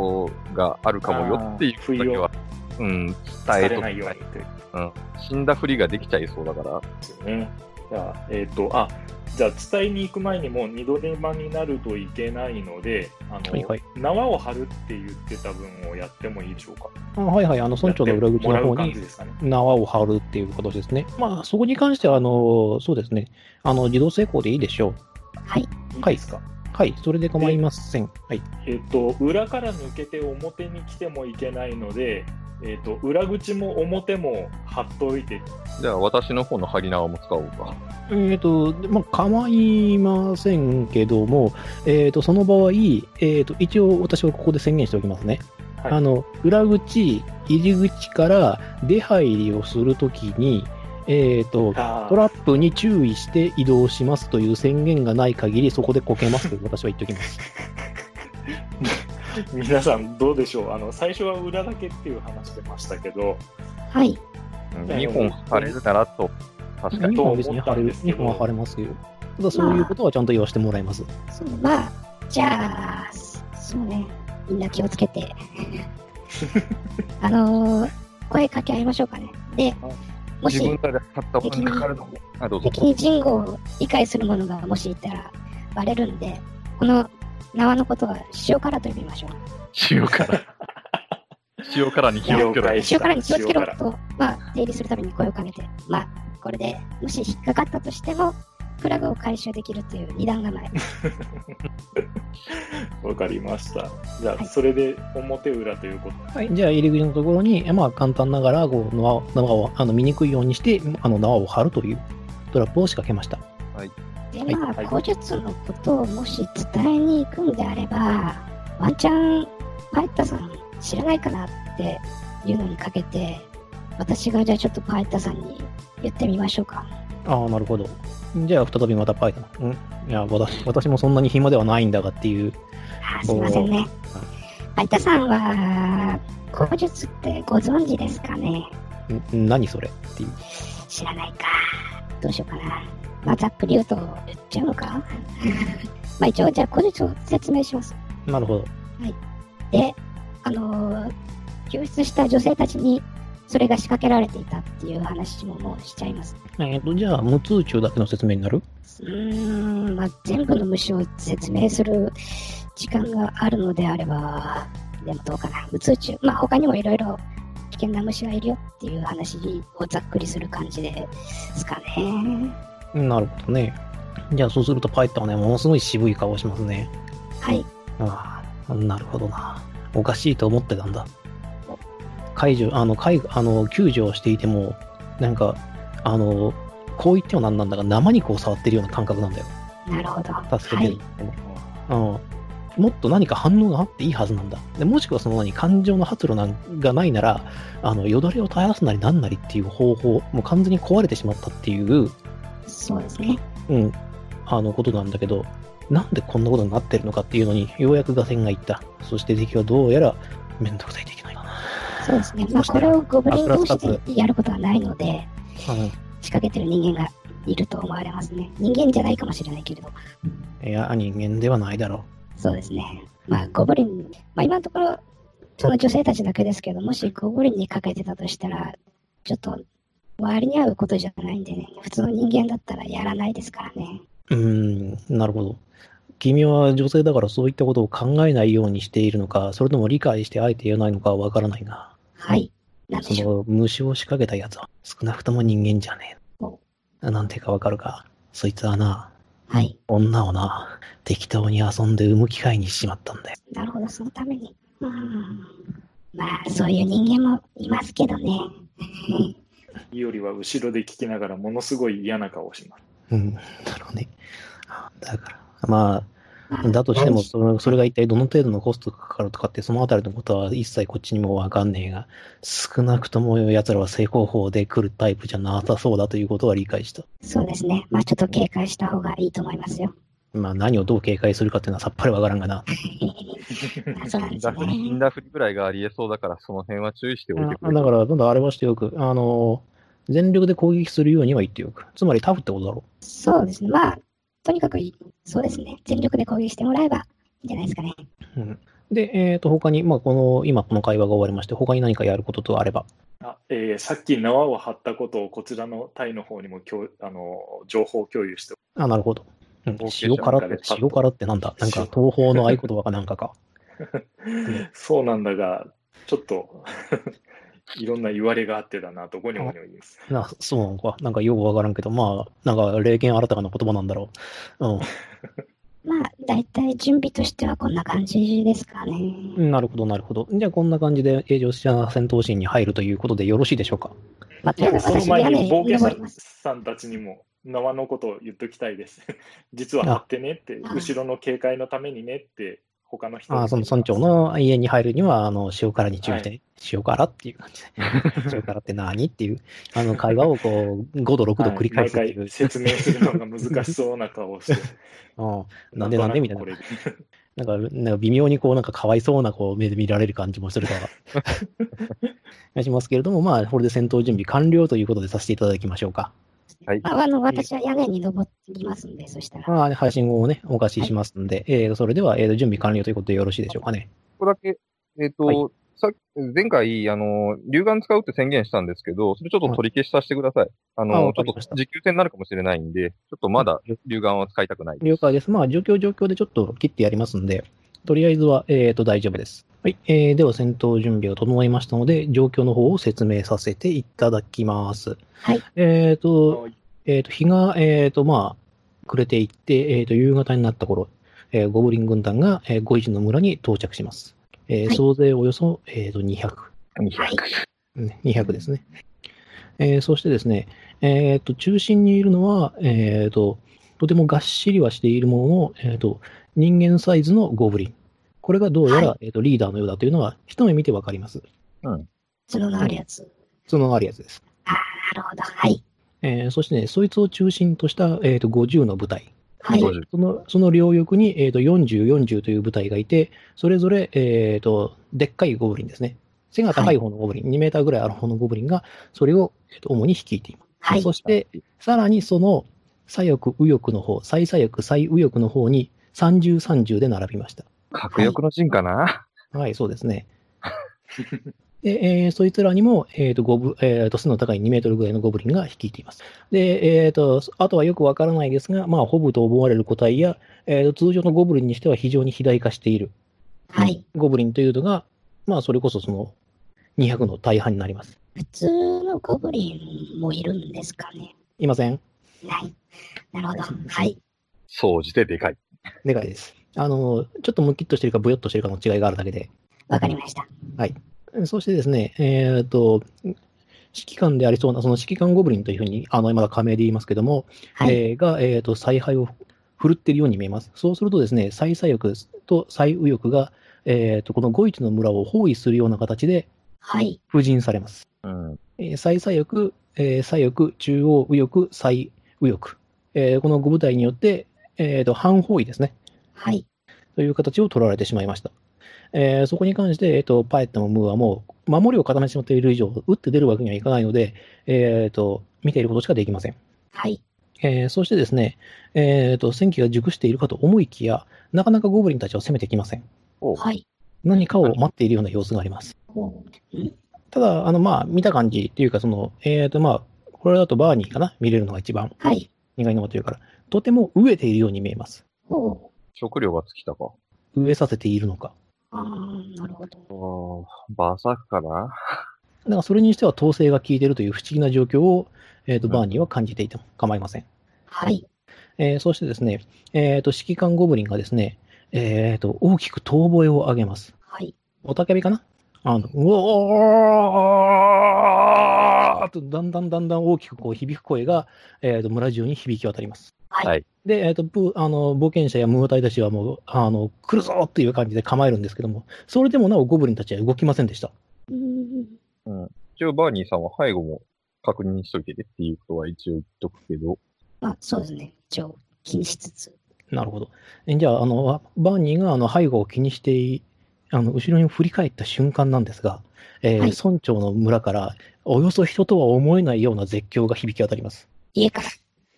S2: とがあるかもよっていうことだけは、うん、伝え
S4: さ
S2: と
S4: れ
S2: きた
S4: ないいようにって
S2: うん。死んだふりができちゃいそうだから、
S4: ですよねじゃあえっ、とあじゃあ伝えに行く前にもう二度手間になるといけないのであの、
S1: はいはい
S4: 縄を張るって言ってた分をやってもいいでしょうか
S1: あはいはい、あの、村長の裏口
S4: やって
S1: の方
S4: もらう感じ
S1: に
S4: ですかね
S1: 縄を張るっていう形ですね。まあ、そこに関しては、あの、そうですね。あの、自動成功でいいでしょう。
S3: はい。
S4: いいですか、
S1: はい、それで構いません。はい。
S4: えっと、裏から抜けて表に来てもいけないので、えっと、裏口も表も貼っといて、
S2: じゃあ私の方の針縄も使おうか。
S1: えっ、と、でまあ、構いませんけども、えっ、と、その場合、えっ、と、一応私はここで宣言しておきますね。
S4: はい
S1: あの、裏口、入り口から出入りをするときに、えっ、と、
S4: あ
S1: トラップに注意して移動しますという宣言がない限り、そこでこけます
S4: (laughs)
S1: と私は言っておきます。
S4: 皆さんどうでしょうあの、最初は裏だけっていう話してましたけど、
S3: はい。
S2: うん、
S4: ね
S2: 2本貼れるならと、確か
S1: 2
S2: に。
S1: 本は別に晴れる。2本は晴れますよ。ただそういうことはちゃんと言わせてもらいます。
S3: そう、まあ、じゃあ、そそうね。みんな気をつけ (laughs) て。あのー声かけ合いましょうかね。で、も
S2: 自
S3: し
S2: 分らで貼った方がかかるのも。あ、どうぞ。
S3: 敵に人語を理解する者がもしいたらバレるんで、この縄のことは塩辛と呼びましょう。
S2: 塩 (laughs) 辛。塩辛に気をつけろ。
S4: 了解
S3: 塩辛に気をつけろ
S4: 塩辛
S3: と、まあ、定理するために声をかけて、まあ、これでもし引っかかったとしても、フラグを回収できるという二段 (laughs) 構え。
S4: わかりました。じゃ
S3: は
S4: あ、
S3: い
S4: それで表裏ということ
S1: はい、じゃあ入り口のところに、えまあ、簡単ながらこう縄を縄をあの見にくいようにしてあの縄を張るというトラップを仕掛けました。
S3: で、まあ、
S4: はい
S3: 古術のことをもし伝えに行くんであれば、ワンチャン、パイッタさん知らないかなっていうのにかけて、私がじゃあちょっとパエッタさんに言ってみましょうか。
S1: ああ、なるほど。じゃあ、再びまたパイタン。うんいや私、私もそんなに暇ではないんだがっていう。
S3: あーすいませんね。パエッタさんは、口述ってご存知ですかね
S1: ん何それっていう。
S3: 知らないか。どうしようかな。まあ、ざっくり言うと、言っちゃうのか (laughs) まあ一応、じゃあ口述を説明します。
S1: なるほど。
S3: で、あのー救出した女性たちにそれが仕掛けられていたっていう話ももうしちゃいます。
S1: えっ、と、じゃあ、無通中だけの説明になる
S3: うーん、まあ、全部の虫を説明する時間があるのであれば、でもどうかな、無痛中、まあ、他にもいろいろ危険な虫がいるよっていう話をざっくりする感じですかね。
S1: なるほどね。じゃあ、そうするとパイタンはね、ものすごい渋い顔をしますね。
S3: はい、
S1: ああ、なるほどな。おかしいと思ってたんだ。解除、あの、解あの救助をしていても、なんか、あの、こう言ってもなんなんだが、生肉を触ってるような感覚なんだよ。
S3: なるほど。
S1: 助
S3: は
S1: けて
S3: い
S1: る、ってもうん。もっと何か反応があっていいはずなんだ。でもしくはその何、感情の発露なんがないなら、あの、よだれを垂らすなりなんなりっていう方法、もう完全に壊れてしまったっていう、
S3: そうですね。
S1: うん、あのことなんだけど、なんでこんなことになってるのかっていうのに、ようやく画線がいった。そして敵はどうやら、めんどくさい敵なんだな。
S3: そうですね。ま
S1: そ
S3: あ、
S1: した
S3: こ
S1: ら
S3: れをゴブリン同士
S1: あプラス
S3: でやることはないので、
S1: う
S3: 仕掛けてる人間がいると思われますね。人間じゃないかもしれないけれど、
S1: ん。いや、人間ではないだろ
S3: そうですね。まあ、ゴブリン、まあ、今のところ、その女性たちだけですけど、もしゴブリンにかけてたとしたら、ちょっと、割に合うことじゃないんでね、普通の人間だったらやらないですからね。
S1: う。うーん、なるほど。君は女性だからそういったことを考えないようにしているのか、それとも理解してあえて言えないのかはわからないが。
S3: はい。なんで
S1: そ
S3: しょ
S1: の
S3: う。
S1: 虫を仕掛けたやつは少なくとも人間じゃね
S3: お
S1: え。なんてかわかるか。そいつはな、
S3: はい。
S1: 女をな、適当に遊んで産む機会にしちまったんだよ。
S3: なるほど、そのために。うーん。まあ、そういう人間もいますけどね。 (laughs)
S4: いよりは後ろで聞きながらものすごい嫌な顔をします。
S1: うん、だろうね。だから、ま
S3: ま
S1: あ、
S3: あ、
S1: だとしても、
S3: 何
S1: そのそれが一体どの程度のコストがかかるとかって、そのあたりのことは一切こっちにもわかんねえが、少なくとも奴らは正攻法で来るタイプじゃなさそうだということは理解した。
S3: そうですね。まあ、ちょっと警戒した方がいいと思いますよ。
S1: まあ、何をどう警戒するかっていうのはさっぱりわからんがな。
S3: (laughs) あそうなん
S2: 死ん
S3: です
S2: だ
S3: ね
S2: ふ。り死んだふりぐらいがありえそうだから、その辺は注意しておいてく
S1: あ
S2: れ
S1: だ
S2: と。
S1: から、今度あれはしておく。あの、全力で攻撃するようには言っておく。つまりタフってことだろ
S3: そうですね。まあ、とにかくいい、そうですね。全力で攻撃してもらえばいいんじゃないですかね。
S1: う。うん。で、えっ、と、他に、まあ、この、今この会話が終わりまして、他に何かやることとあれば。
S4: あえーさっき縄を張ったことをこちらのタイの方にも共あの情報共有して
S1: あ、なるほど。うん
S2: 冒、険
S1: 塩
S2: 者
S1: 辛
S4: なん
S1: っ
S4: か
S1: て
S4: でパッ、と
S1: 塩辛ってなんだなんか、東方の合言葉かなんかか。
S4: (laughs) そうなんだが、ちょっと (laughs) いろんな言われがあってだなと、ゴニョゴニョ言います。
S1: なそうなのか。なんかよくわからんけど、まあ、なんか、霊剣新たかな言葉なんだろう。うん。
S3: まあ、だいたい準備としてはこんな感じですかね。
S1: なるほど、なるほど。じゃあ、こんな感じで、えー、女子者戦闘シーンに入るということでよろしいでしょうか。
S3: まあ、とりあえず
S4: その
S3: 私
S4: 前
S3: 屋根
S4: に冒
S3: に
S4: 険
S3: 登りま
S4: 者
S3: す。
S4: さんたちにも縄のことを言っときたいです。 (laughs) 実は張ってねって、
S3: あ
S4: 後ろの警戒のためにねって、他の人に
S1: あその村長の家に入るには、あの、塩辛に注意して、塩辛っていう感
S4: (laughs)
S1: じで、塩辛って何っていう、あの、会話をこう、5度、6度繰り返すって
S4: はいい毎
S1: う
S4: 回、説明するのが難しそうな顔をして、
S1: うん、 (laughs) なんでなんでみたいな
S4: こ、れで
S1: なんか、なんか微妙にこう、なんかかわいそうなこう目で見られる感じもするから、しますけれども、まあ、これで戦闘準備完了ということでさせていただきましょうか。
S2: はい
S3: まあ、あの、私は屋根に登りますんで、そしたら。
S1: まあ、配信後をね、お貸ししますんで、えー、それでは、えー、準備完了ということでよろしいでしょうかね。
S2: ここだけ、えっ、と、
S1: はい
S2: さっき前回、あの、龍眼使うって宣言したんですけど、それちょっと取り消しさせてください。あ
S1: あ
S2: の、
S1: わ
S2: ち
S1: か
S2: ょっ
S1: り
S2: と
S1: ました
S2: 持久戦になるかもしれないんで、ちょっとまだ龍眼は使いたくない。
S1: 了解です。まあ、状況状況でちょっと切ってやりますんで、とりあえずは、えー、と大丈夫です。はい、えーでは、戦闘準備を整えましたので、状況の方を説明させていただきます。
S3: はい。
S1: えっ、と、
S4: はい
S1: えー、と日が、えーとまあ、暮れていって、えー、と夕方になった頃、えーゴブリン軍団が、えーゴイジの村に到着します。えー
S3: はい
S1: 総勢およそ、えー、と200。
S3: はい。
S1: ね200ですね。えーそしてですね、えーと、中心にいるのは、えーと、とてもがっしりはしているものの、えーと、人間サイズのゴブリン。これがどうやら、えーとリーダーのようだというのは、一目見てわかります。
S2: うん
S3: 角のあるやつ。
S1: 角のあるやつです。
S3: なるほど。はい。
S1: えーそしてね、そいつを中心とした、えー、と50の部隊。
S3: はい。
S2: 50
S1: そのその両翼に、えー、と40、40という部隊がいて、それぞれ、えー、とでっかいゴブリンですね。背が高い方のゴブリン、2メーターぐらいある方のゴブリンが、それを、えーと主に率いています。
S3: はい。
S1: そして、さらにその左翼、右翼の方、最左翼、最右翼の方に30、30で並びました。
S2: 核欲の陣かな、
S1: はい、そうです
S3: (laughs)
S1: ね。で、えーそいつらにも、えーとゴブえー、と背の高い2メートルぐらいのゴブリンが率いています。で、えー、とあとはよくわからないですが、まあ、ホブと思われる個体や、えーと通常のゴブリンにしては非常に肥大化している
S3: はい。
S1: ゴブリンというのが、まあ、それこそその200の大半になります。
S3: 普通のゴブリンもいるんですかね。
S1: いません
S3: はい。なるほど。はい。
S2: 総じてでかい。
S1: でかいです。あの、ちょっとムキッとしてるか、ブヨッとしてるかの違いがあるだけで。
S3: わかりました。
S1: そしてですね、えっ、と、指揮官でありそうな、その指揮官ゴブリンというふうに、あの、今だ仮名で言いますけども、
S3: はい。
S1: えーが、えっ、と、采配を振るっているように見えます。そうするとですね、最左翼と最右翼が、えっ、と、この五一の村を包囲するような形で
S3: はい。
S1: 布陣されます。
S2: うん。
S1: えー最左翼、えー左翼、中央右翼、最右翼。えーこの5部隊によって、えっ、と、反包囲ですね。
S3: はい。
S1: という形を取られてしまいました。えーそこに関して、えー、とパエットもムーはもう守りを固めてしまっている以上、打って出るわけにはいかないので、えー、と見ていることしかできません。
S3: はい。
S1: えーそしてですね、えー、と戦機が熟しているかと思いきや、なかなかゴブリンたちを攻めてきません。
S2: お
S3: はい。
S1: 何かを待っているような様子があります。ただ、あのまあ見た感じというかその、えーとまあ、これだとバーニーかな、見れるのが一番
S3: はい。
S1: 苦いのがというから、とても飢えているように見えます。
S3: おう
S2: 食料が尽きたか。
S1: 飢えさせているのか。
S3: あーなるほど。
S2: あーバーサークかな
S1: だからそれにしては統制が効いているという不思議な状況を、えー、と
S2: うん
S1: バーニーは感じていても構いません。
S3: はい。
S1: えーそしてですね、えー、と指揮官ゴブリンがですね、えー、と大きく遠吠えを上げます。
S3: はい。
S1: おたけびかなあのうおーっとだんだんだんだん大きくこう響く声が、えー、と村中に響き渡ります。
S3: はい
S2: はい
S1: で、えー、とぶあの冒険者やムータイたちはもうあの来るぞっていう感じで構えるんですけども、それでもなおゴブリンたちは動きませんでした。
S3: うーん。
S2: 一応バーニーさんは背後も確認しといてねっていうことは一応言っとくけど、
S3: まあ、そうですね。一応、気にしつつ。
S1: なるほど。えじゃあ、あの、バーニーがあの背後を気にしてい、あの後ろに振り返った瞬間なんですが、えー
S3: はい
S1: 村長の村から、およそ人とは思えないような絶叫が響き渡ります。
S3: 家から。。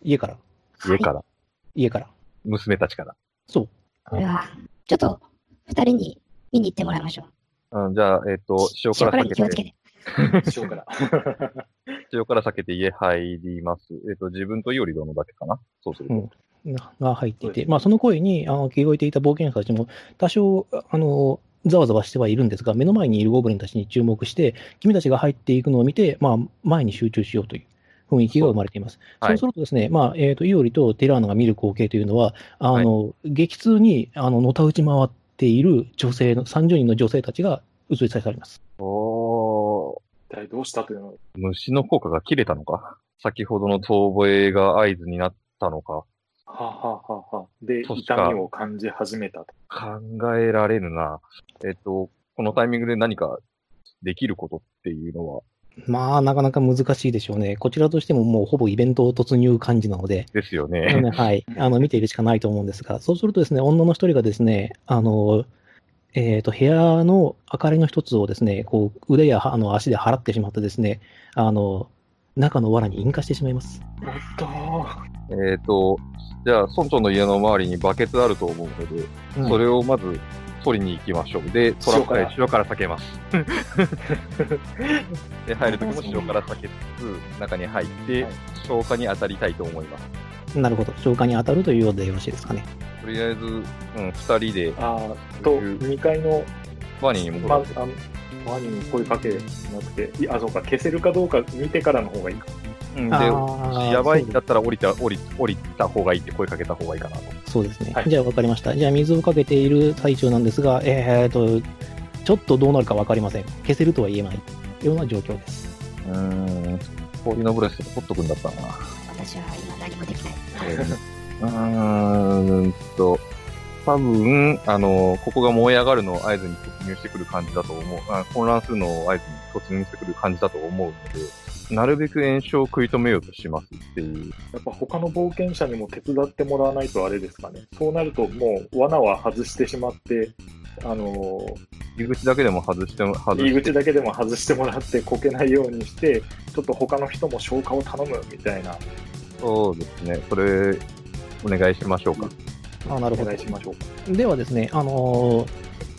S1: 家から、
S2: 家からら、
S1: 家から。
S2: 娘たちから。
S1: そう。
S3: これは、ちょっと、二人に見に行ってもらいましょう。
S2: うん、じゃあ、えっ、と、塩
S3: 塩
S2: 辛
S3: 辛
S2: 避
S3: に
S2: け
S3: 気をつけ
S2: て、
S3: て。
S4: しようかな。 (laughs)
S2: 塩辛避けて家入ります。えっ、と、自分とイオリ殿だけかなそうすると。
S1: うんが入ってい
S4: そう
S1: て、
S4: ですね
S1: まあ、その声にあの聞こえていた冒険者たちも、多少、あの、ざわざわしてはいるんですが、目の前にいるゴブリンたちに注目して、君たちが入っていくのを見て、まあ、前に集中しようという雰囲気が生まれています。
S2: はい
S1: そうするとですね、まあ、えっ、と、イオリとテラーナが見る光景というのは、あの、激痛に、あの、のたうち回っている女性の、30人の女性たちが映し出されます。
S2: おー、
S4: 一体どうしたというの
S2: 虫の効果が切れたのか先ほどの遠吠えが合図になったのか
S4: はあはあはあはあで、
S2: 確
S4: 痛
S2: か
S4: みを感じ始めたと。
S2: 考えられるな。えっ、と、このタイミングで何かできることっていうのは、
S1: まあ、なかなか難しいでしょうね。こちらとしてももうほぼイベント突入感じなので、
S2: ですよ
S1: なの
S2: ね。
S1: ではい。あの、見ているしかないと思うんですが、そうするとですね、女の一人がですね、あの、えっ、と、部屋の明かりの一つをですね、こう、腕やあの足で払ってしまってですね、あの、中の藁に引火してしまいます。
S4: おっとー
S2: えっ、と、じゃあ、村長の家の周りにバケツあると思うので、それをまず取りに行きましょう。で、トラッ
S4: 塩
S2: プ
S4: 辛
S2: で塩辛避けます。 (laughs) で、入るときも塩辛避けつつ、中に入って、
S4: はい
S2: 消化に当たりたいと思います。
S1: なるほど。消化に当たるというようでよろしいですかね。
S2: とりあえず、うん、二人で、
S4: あーと、2階の、
S2: バーニーに戻
S4: ま、あ
S2: ろ
S4: の
S2: う、
S4: ワニに声かけなくて、いあ、そうか、消せるかどうか見てからの方がいいか。
S2: うん、
S1: あ
S2: で、
S1: ー
S2: やばいん
S1: そう
S2: だったら降りた、降り、降りた方がいいって声かけた方がいいかなと。
S1: そうですね。
S4: はい
S1: じゃあ、わかりました。じゃあ、水をかけている最中なんですが、えっ、と、ちょっとどうなるかわかりません。消せるとは言えないような状況です。
S2: うーん、氷のブレスとか取っとくんだったな。
S3: 私は今何もできない。
S2: うーんと、多分、あの、ここが燃え上がるのを合図に突入してくる感じだと思う。あ混乱するのを合図に突入してくる感じだと思うので、なるべく炎症を食い止めようとしますっていう。
S4: やっぱ他の冒険者にも手伝ってもらわないとあれですかね。そうなるともう罠は外してしまって、あの
S2: 入り口だけでも外して、外
S4: 入り
S2: して、
S4: 口だけでも外してもらってこけないようにして、ちょっと他の人も消化を頼むみたいな、
S2: そうですね。それ、お願いしましょうか。
S1: あなる
S4: お
S1: ほ
S4: 願
S1: ど
S4: い。しましょうか。
S1: ではですね、あのー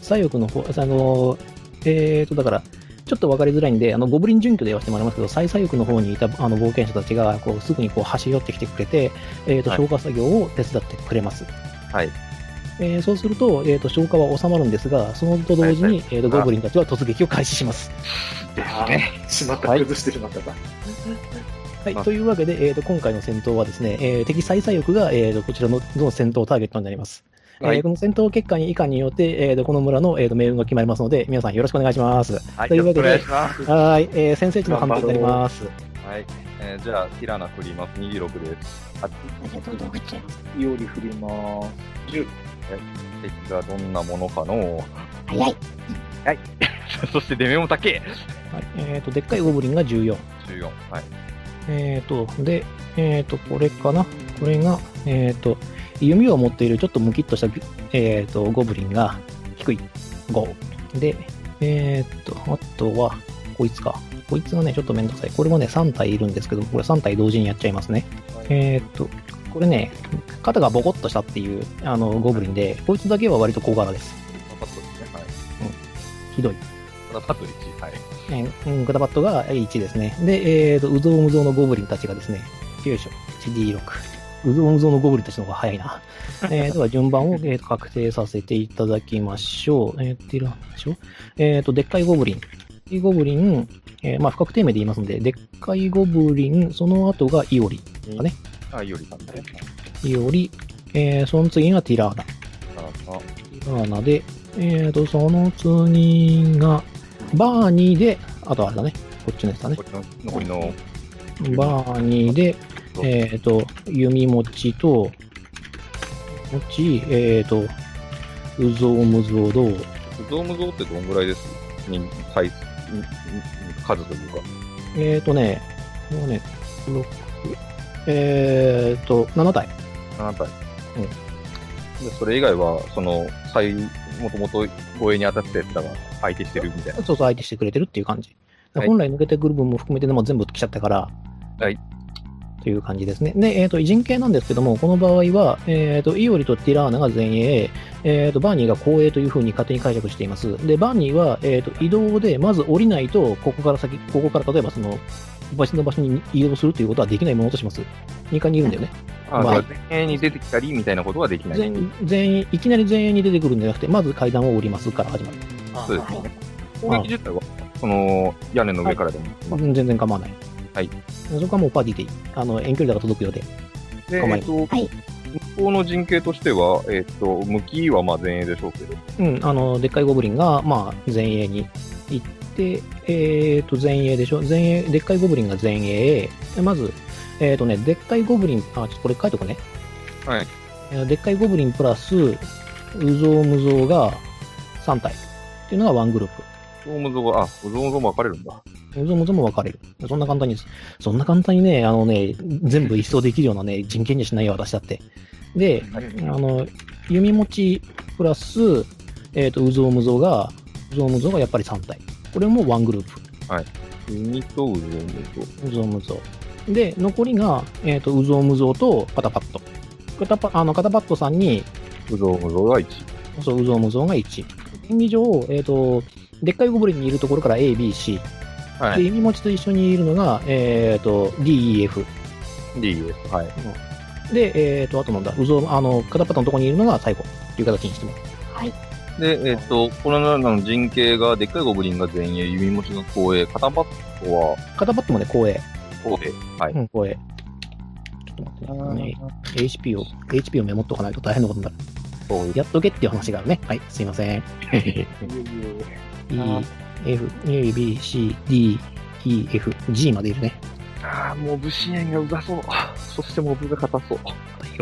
S1: 左翼の方、あのーえーと、だから、ちょっと分かりづらいんで、あのゴブリン準拠で言わせてもらいますけど、最左翼の方にいたあの冒険者たちがこうすぐにこう走り寄ってきてくれて、えーと
S2: はい
S1: 消化作業を手伝ってくれます。
S2: はい。
S1: えーそうすると,、えー、と消化は収まるんですが、そのと同時に、
S2: はいは
S1: えー、とゴブリンたちは突撃を開始します。
S2: ですね。
S4: あーしまった、
S2: はい
S4: 崩してしまったか。
S1: はい、
S2: あ
S1: というわけで、えー、と今回の戦闘はですね、えー敵最左翼が、えー、とこちらのの戦闘ターゲットになります。
S2: はい
S1: えーこの戦闘結果に以下によって、えーとこの村の、えーと命運が決まりますので、皆さんよろしくお願いします。
S2: はい。
S1: という
S2: よろ
S1: わ
S2: し
S1: けで
S2: くお願いします。
S1: はい、えー、先生値の判定になります。
S2: はい。えーじゃあ、ティラナ振ります。26です。
S3: じ
S2: あ
S3: ゃあどんどん送っちゃいます。
S4: いおり振ります。10。
S2: 敵がどんなものかの
S3: 早い。
S2: (laughs) そして、デメも高え
S1: はい、えっ、と、でっかいゴブリンが14。
S2: !14。はい。
S1: えっ、と、で、えっ、と、これかな。これが、えっ、と、弓を持っているちょっとムキッとした、えっ、と、ゴブリンが低い5。で、えっ、と、あとは、こいつか。こいつがね、ちょっとめんどくさい。これもね、3体いるんですけど、これ3体同時にやっちゃいますね。えっ、と、これね、肩がボコッとしたっていう、あの、ゴブリンで、こいつだけは割と小柄です。
S2: パッとですね。はい。
S1: ひどい。
S2: パパッと1。はい。
S1: えーうん、グダバットが1ですね。で、えーと、うぞうむぞうのゴブリンたちがですね、よいしょ、1D6。うぞうむぞうのゴブリンたちの方が早いな。えーでは、順番を、えーと確定させていただきましょう。えー、っているんでしょえーと、でっかいゴブリン。でっかいゴブリン、えーまあ、不確定名で言いますので、でっかいゴブリン、その後がイオリ。
S2: あ、いおりさんですね。
S1: イオリ、えーその次がティラーナ。
S2: ああ
S1: ティラーナで、えーと、その次が、バーニーで、あとあれだね、こっちのやつだね。
S2: 残りの、残りの、
S1: バーニーで、えっ、と、弓持ちと、持ち、えっ、と、うぞうむぞうどう、
S2: ゾームゾーってどんぐらいです人サイズ、んん数というか。
S1: えっ、とね、もうね、6、えっ、と、7体。
S2: 7体。でそれ以外は、その、最、もともと護衛に当たってたやつらが相手してるみたい
S1: そうそう相手してくれてるっていう感じ。
S2: はい
S1: 本来抜けてくる分も含めて、でも全部来ちゃったから、
S2: はい。
S1: という感じですね。で、えっ、と、偉人系なんですけども、この場合は、えっ、と、イオリとティラーナが前衛、えっ、と、バーニーが後衛というふうに勝手に解釈しています。で、バーニーは、えっ、と、移動で、まず降りないと、ここから先、ここから例えばその、場所の場所に移動するということはできないものとします。2階にいるんだよね。
S2: な。あ、
S1: まあ
S2: だから前衛に出てきたりみたいなことはできない。
S1: 全員、全員、いきなり全員に出てくるんじゃなくて、まず階段を降りますから始まる。
S2: そうです
S3: はい。
S2: 攻撃自体は、その、屋根の上からでも、ま
S1: うん全然構わない。
S2: はい。
S1: そこはもうパーティーでいい。あの、遠距離だから届くようで。
S2: あで、
S1: ごめん
S2: えっと、
S3: はい
S2: 向こうの陣形としては、えっと、向きはまあ前衛でしょうけど、
S1: うん、あの、でっかいゴブリンが、まあ、前衛に行って、えーと、前衛でしょ前衛、でっかいゴブリンが前衛。でまず、えーとね、でっかいゴブリン、あ、ちょっとこれ書いとくね。
S2: はい
S1: えー。でっかいゴブリンプラス、うぞうむぞうが3体。っていうのが1グループ。
S2: ゾームゾが、あ、ゾームゾも分かれるんだ。
S1: うぞうむぞうも分かれる。そんな簡単にです、そんな簡単にね、あのね、全部一掃できるようなね、人権にはしないよ、私だって。で、あの、弓持ちプラス、えっ、と、うぞうむぞうが、うぞうむぞうがやっぱり3体。これもワングループ。
S2: 弓とウゾームゾ。
S1: うぞうむぞう。で、残りが、えっ、と、うぞうむぞうとパタパット。パタパあのカタパットさんに、
S2: ウゾームゾが1。
S1: そう、うぞうむぞうが1。演技上、えっ、と、でっかいゴブリンにいるところから A、B、C。
S2: は
S1: で、
S2: い。
S1: 弓持ちと一緒にいるのが、えっ、と、D、E、F。
S2: D、F。はい。
S1: で、えっ、と、あとなんだ、うぞう、あの、カタパットのところにいるのが最後。という形にしてます。
S3: はい。
S2: で、えっ、と、この中の陣形が、でっかいゴブリンが前衛、弓持ちが後衛、肩パットは
S1: カタパットもね、後衛。
S2: 後衛。はい。
S1: うん、これ。ちょっと待ってね。HP を、HP をメモっとかないと大変なことになる。
S2: そういう
S1: やっとけっていう話があるね。はい、すいません。E
S4: あ、
S1: F、A、B、C、D、E、F、G までいるね。
S2: ああ、もう武士園がうざそう。そしてモブが硬そう。
S1: だ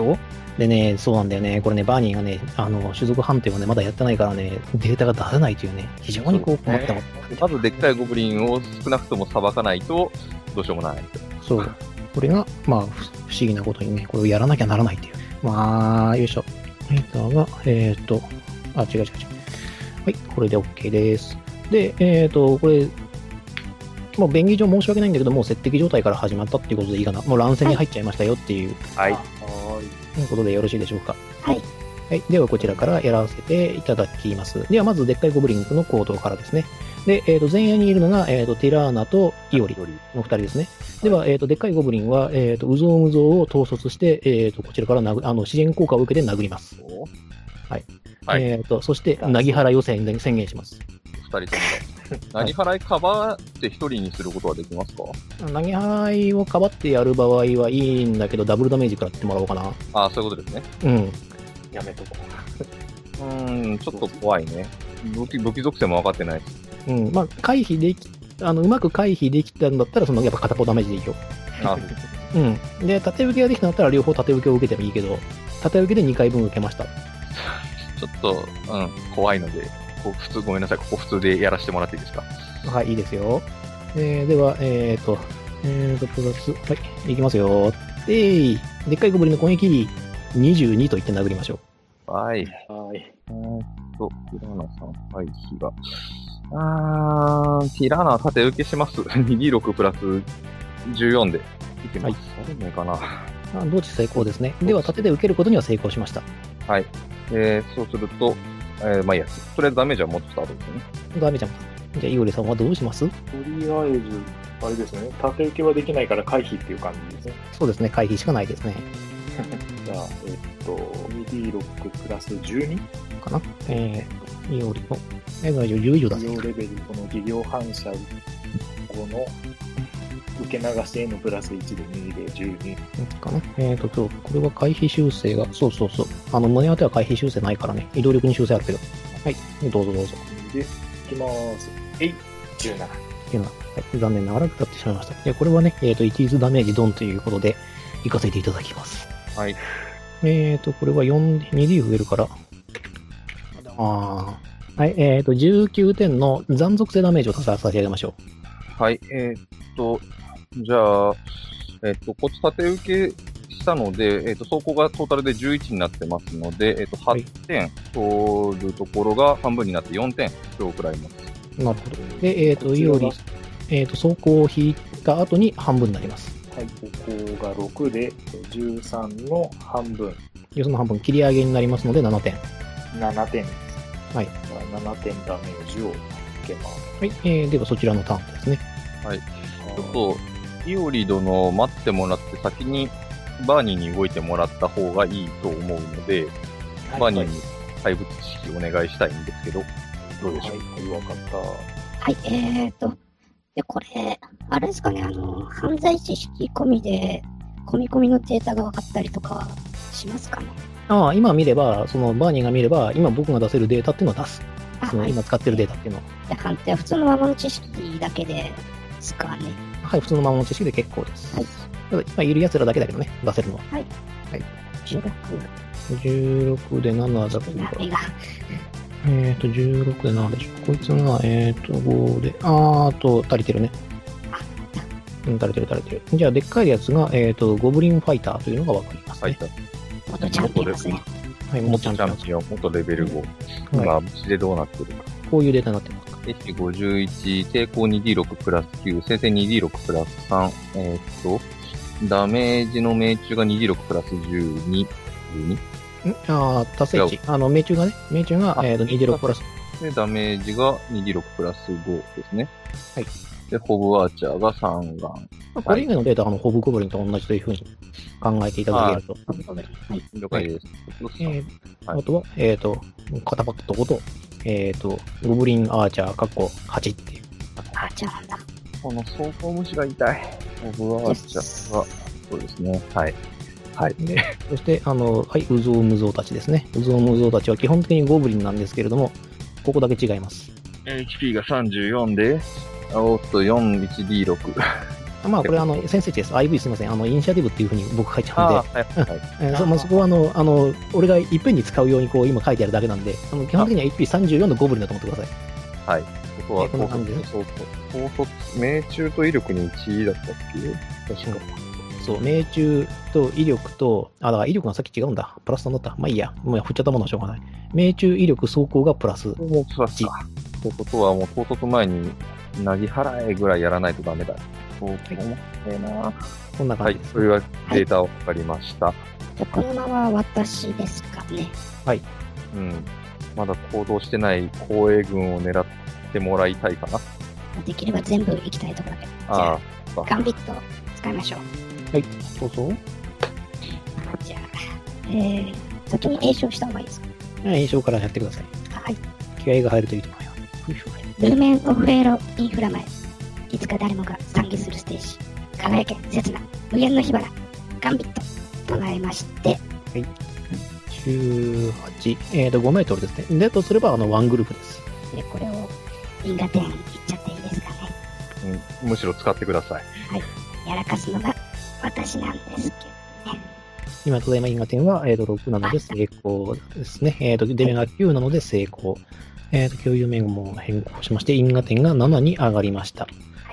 S1: よ。でね、そうなんだよね。これね、バーニーがね、あの、種族判定をね、まだやってないからね、データが出せないというね、非常にこう困ったもん
S2: まずでっかいゴブリンを少なくとも裁かないと、どうしようもない。
S1: そう。これが、まあ、ふ不思議なことにね、これをやらなきゃならないっていう。まあ、よいしょ。ライターは、えっ、と、あ、違う違う違う。はい、これで OK です。で、えっ、と、これ、もう便宜上申し訳ないんだけど、もう接敵状態から始まったっていうことでいいかな。もう乱戦に入っちゃいましたよっていう
S2: はい。
S4: はい。
S1: ことでよろしいでしょうか。
S3: はい。
S1: はい、ではこちらからやらせていただきます。ではまず、でっかいゴブリンの行動からですね。で、えっ、と、前衛にいるのが、えっ、と、ティラーナとイオリ。の二人ですね。では、えっ、と、でっかいゴブリンは、えっ、と、ウゾウムゾウを統率して、えっ、と、こちらから殴あの、自然効果を受けて殴ります。
S2: はい
S1: えっ、と、そして、なぎはら予選で宣言します。
S2: 二人とも。何払いかばって一人にすることはできますか
S1: なぎはらいをかばってやる場合はいいんだけど、ダブルダメージからやってもらおうかな。
S2: ああ、そういうことですね。
S1: うん。
S4: やめとこう。
S2: うーん、ちょっと怖いね。武器、武器属性も分かってないし。
S1: うん。まあ、回避でき、あの、うまく回避できたんだったら、その、やっぱ片方ダメージでいいよ。
S4: (laughs)
S2: あ
S1: うん。で、縦受けができたんだったら、両方縦受けを受けてもいいけど、縦受けで2回分受けました。
S2: ちょっと、うん、怖いので、こう普通、ごめんなさい、ここ普通でやらせてもらっていいですか。
S1: はい、いいですよ。えーでは、えっ、と、えーと、プラス、はい、いきますよ。えい、でっかいゴブリンの攻撃、22と言って殴りましょう。
S2: はい。
S4: はい。
S2: えーっと、ティラーナさん、はい、火が。あー、ティラーナは縦受けします。2D6 (laughs) プラス14で。いけます。あるのかな。
S1: あ同値成功ですね。では、縦で受けることには成功しました。
S2: えー、そうすると、えー、まあいいや、とりあえずダメージはもっとスタートですね。
S1: ダメじゃん。じゃあ、イオリさんはどうします
S4: とりあえず、あれですね、縦受けはできないから回避っていう感じですね。
S1: そうですね、回避しかないですね。
S4: じゃあ、えっと、2D6 プラス 12?
S1: かな。えー、イオリの、えー、大丈夫、猶予だ
S4: 技。量レベル、この技量反射後の受け流しへのプラス1で2で12。
S1: かな。えーと、そう、これは回避修正が、そうそうそう。あの、胸当ては回避修正ないからね。移動力に修正あるけど。はい、どうぞどうぞ。
S4: で、いきます。えい !17。
S1: っていうのは、はい残念ながら歌ってしまいました。で、これはね、えっ、と、イティーズダメージドンということで、行かせていただきます。
S2: はい。
S1: えっ、と、これは4、2D 増えるから。ああ。はい、えっ、と、19点の残属性ダメージを足させてあげましょ
S2: はい、えーっと、じゃあ、えーっと、こっち縦受けしたので、えーっと、走行がトータルで11になってますので、えーっと、
S1: はい
S2: 8点取るところが半分になって4点今日くらいます。
S1: う。なるほど。で、えっ、と、いおり、えっ、と、走行を引いた後に半分になります。
S4: はい、ここが6で、13の半分、
S1: でその半分切り上げになりますので7点。
S4: 7点です。
S1: はい
S4: じゃあ7点ダメージを受けます。
S1: はい、えー、ではそちらのターンですね。
S2: ちょっと、イオリ殿を待ってもらって、先にバーニーに動いてもらった方がいいと思うので、
S4: はい
S2: バーニーに怪物知識お願いしたいんですけど、どうでしょう、
S4: はい、わかった。
S3: はい、えーと、で、これ、あれですかね、あの、犯罪知識込みで、込み込みのデータが分かったりとかしますかね。
S1: ああ、今見れば、そのバーニーが見れば、今僕が出せるデータっていうのは出す。
S3: あ、
S1: その
S3: はい。
S1: 今使ってるデータっていうのは。
S3: で、判定は普通のままの知識だけですかね。
S1: はい、普通のままの知識で結構です。
S3: はい。
S1: ただ、今いる奴らだけだけどね、出せるのは。
S3: 16、
S1: 16で7だ
S3: ダ
S1: から
S3: メ、が。
S1: えっ、ー、と、16で7でしょ。こいつが、えっ、ー、と、5で、あーあと、足りてるね。うん、足りてる足りてる。じゃあ、でっかいやつが、えっ、ー、と、ゴブリンファイターというのがわかります
S2: は
S1: ね
S2: い。。
S3: 元ちゃんって言いますね。
S1: はい、もう
S2: 元
S1: ち
S2: チ
S1: ゃん
S2: ャン
S1: と。
S2: ピオン、元レベル5。今、無事でどうなってるか。
S1: こういうデータになってます。
S2: HP51、抵抗 2D6 プラス9、先制 2D6 プラス3、えーっと、ダメージの命中が 2D6 プラス12、12?
S1: んああ、達成値。あの、命中がね、命中が、
S2: あ
S1: えっ、ー、と、26プラス。
S2: で、ダメージが 2D6 プラス5ですね。
S1: はい。
S2: で、ホブアーチャーが3眼。
S1: まあこれ以外のデータは、あの、ホブゴブリンと同じというふうに考えていただけると。
S3: はい。
S2: 了解です。
S1: えー
S2: はい
S1: あとは、えっ、と、肩パッドごと、えっ、と、ゴブリンアーチャー、カッコ8っていう。
S3: あ、じゃあなんだ。
S2: この走行虫が痛い。ホブアーチャーが、そうですね。はい。
S1: で、そして、あの、はい、ウゾウムゾウたちですね。ウゾウムゾウたちは基本的にゴブリンなんですけれども、ここだけ違います。
S2: HP が34で、おっと、41D6。
S1: まあ、これ、あの、先生です。IV すみません。あの、イニシアティブっていうふうに僕書いちゃうんで
S2: あ、ー、はいはい。
S1: えーそまあ、そこはあのあの俺がいっぺんに使うようにこう今書いてあるだけなんで、あの基本的には HP34 のゴブリンだと思ってください。
S2: ここは
S1: こんな感じね
S2: そうそう高卒命中と威力に1位だったっけ確か。
S1: そう、命中と威力と、あ、だから威力がさっき違うんだ。プラスとなった。まあいいや。もう振っちゃったものはしょうがない。命中、威力、走行がプラス。
S2: もうプラスか。ってことは、もう高卒前に、なぎ払えぐらいやらないとダメだ。そう思ってな。
S1: こんな
S2: は
S1: 感
S2: い
S1: じで、す。
S2: それはデータを分かりました。
S3: じゃあこのまま私ですかね。
S2: うん。まだ行動してない公営軍を狙ってもらいたいかな。
S3: できれば全部行きたいところで。じゃ
S2: あ
S3: あ、ガンビット使いましょう。
S1: そうそう。
S3: じゃあ、えー、先に詠唱した方がいいですか
S1: 炎症からやってください。
S3: はい。
S1: 気合が入るといいと思います。ふいふい
S3: ルーメン・オフェーロ・インフラ前。いつか誰もが賛美するステージ。輝け、刹那、無限の火花。ガンビット。唱えまして、
S1: 18、えっ、と、5メートルですね。で、とすれば、あの、ワングループです。
S3: でこれを因果点いっちゃっていいですかね。
S2: うん、むしろ使ってください。
S3: やらかすのが私なんですけど。
S1: 今、ただいま因果点は、えー、と6なので成功ですね。えー、と出目が9なので成功。えー、と共有名も変更しまして、因果点が7に上がりました。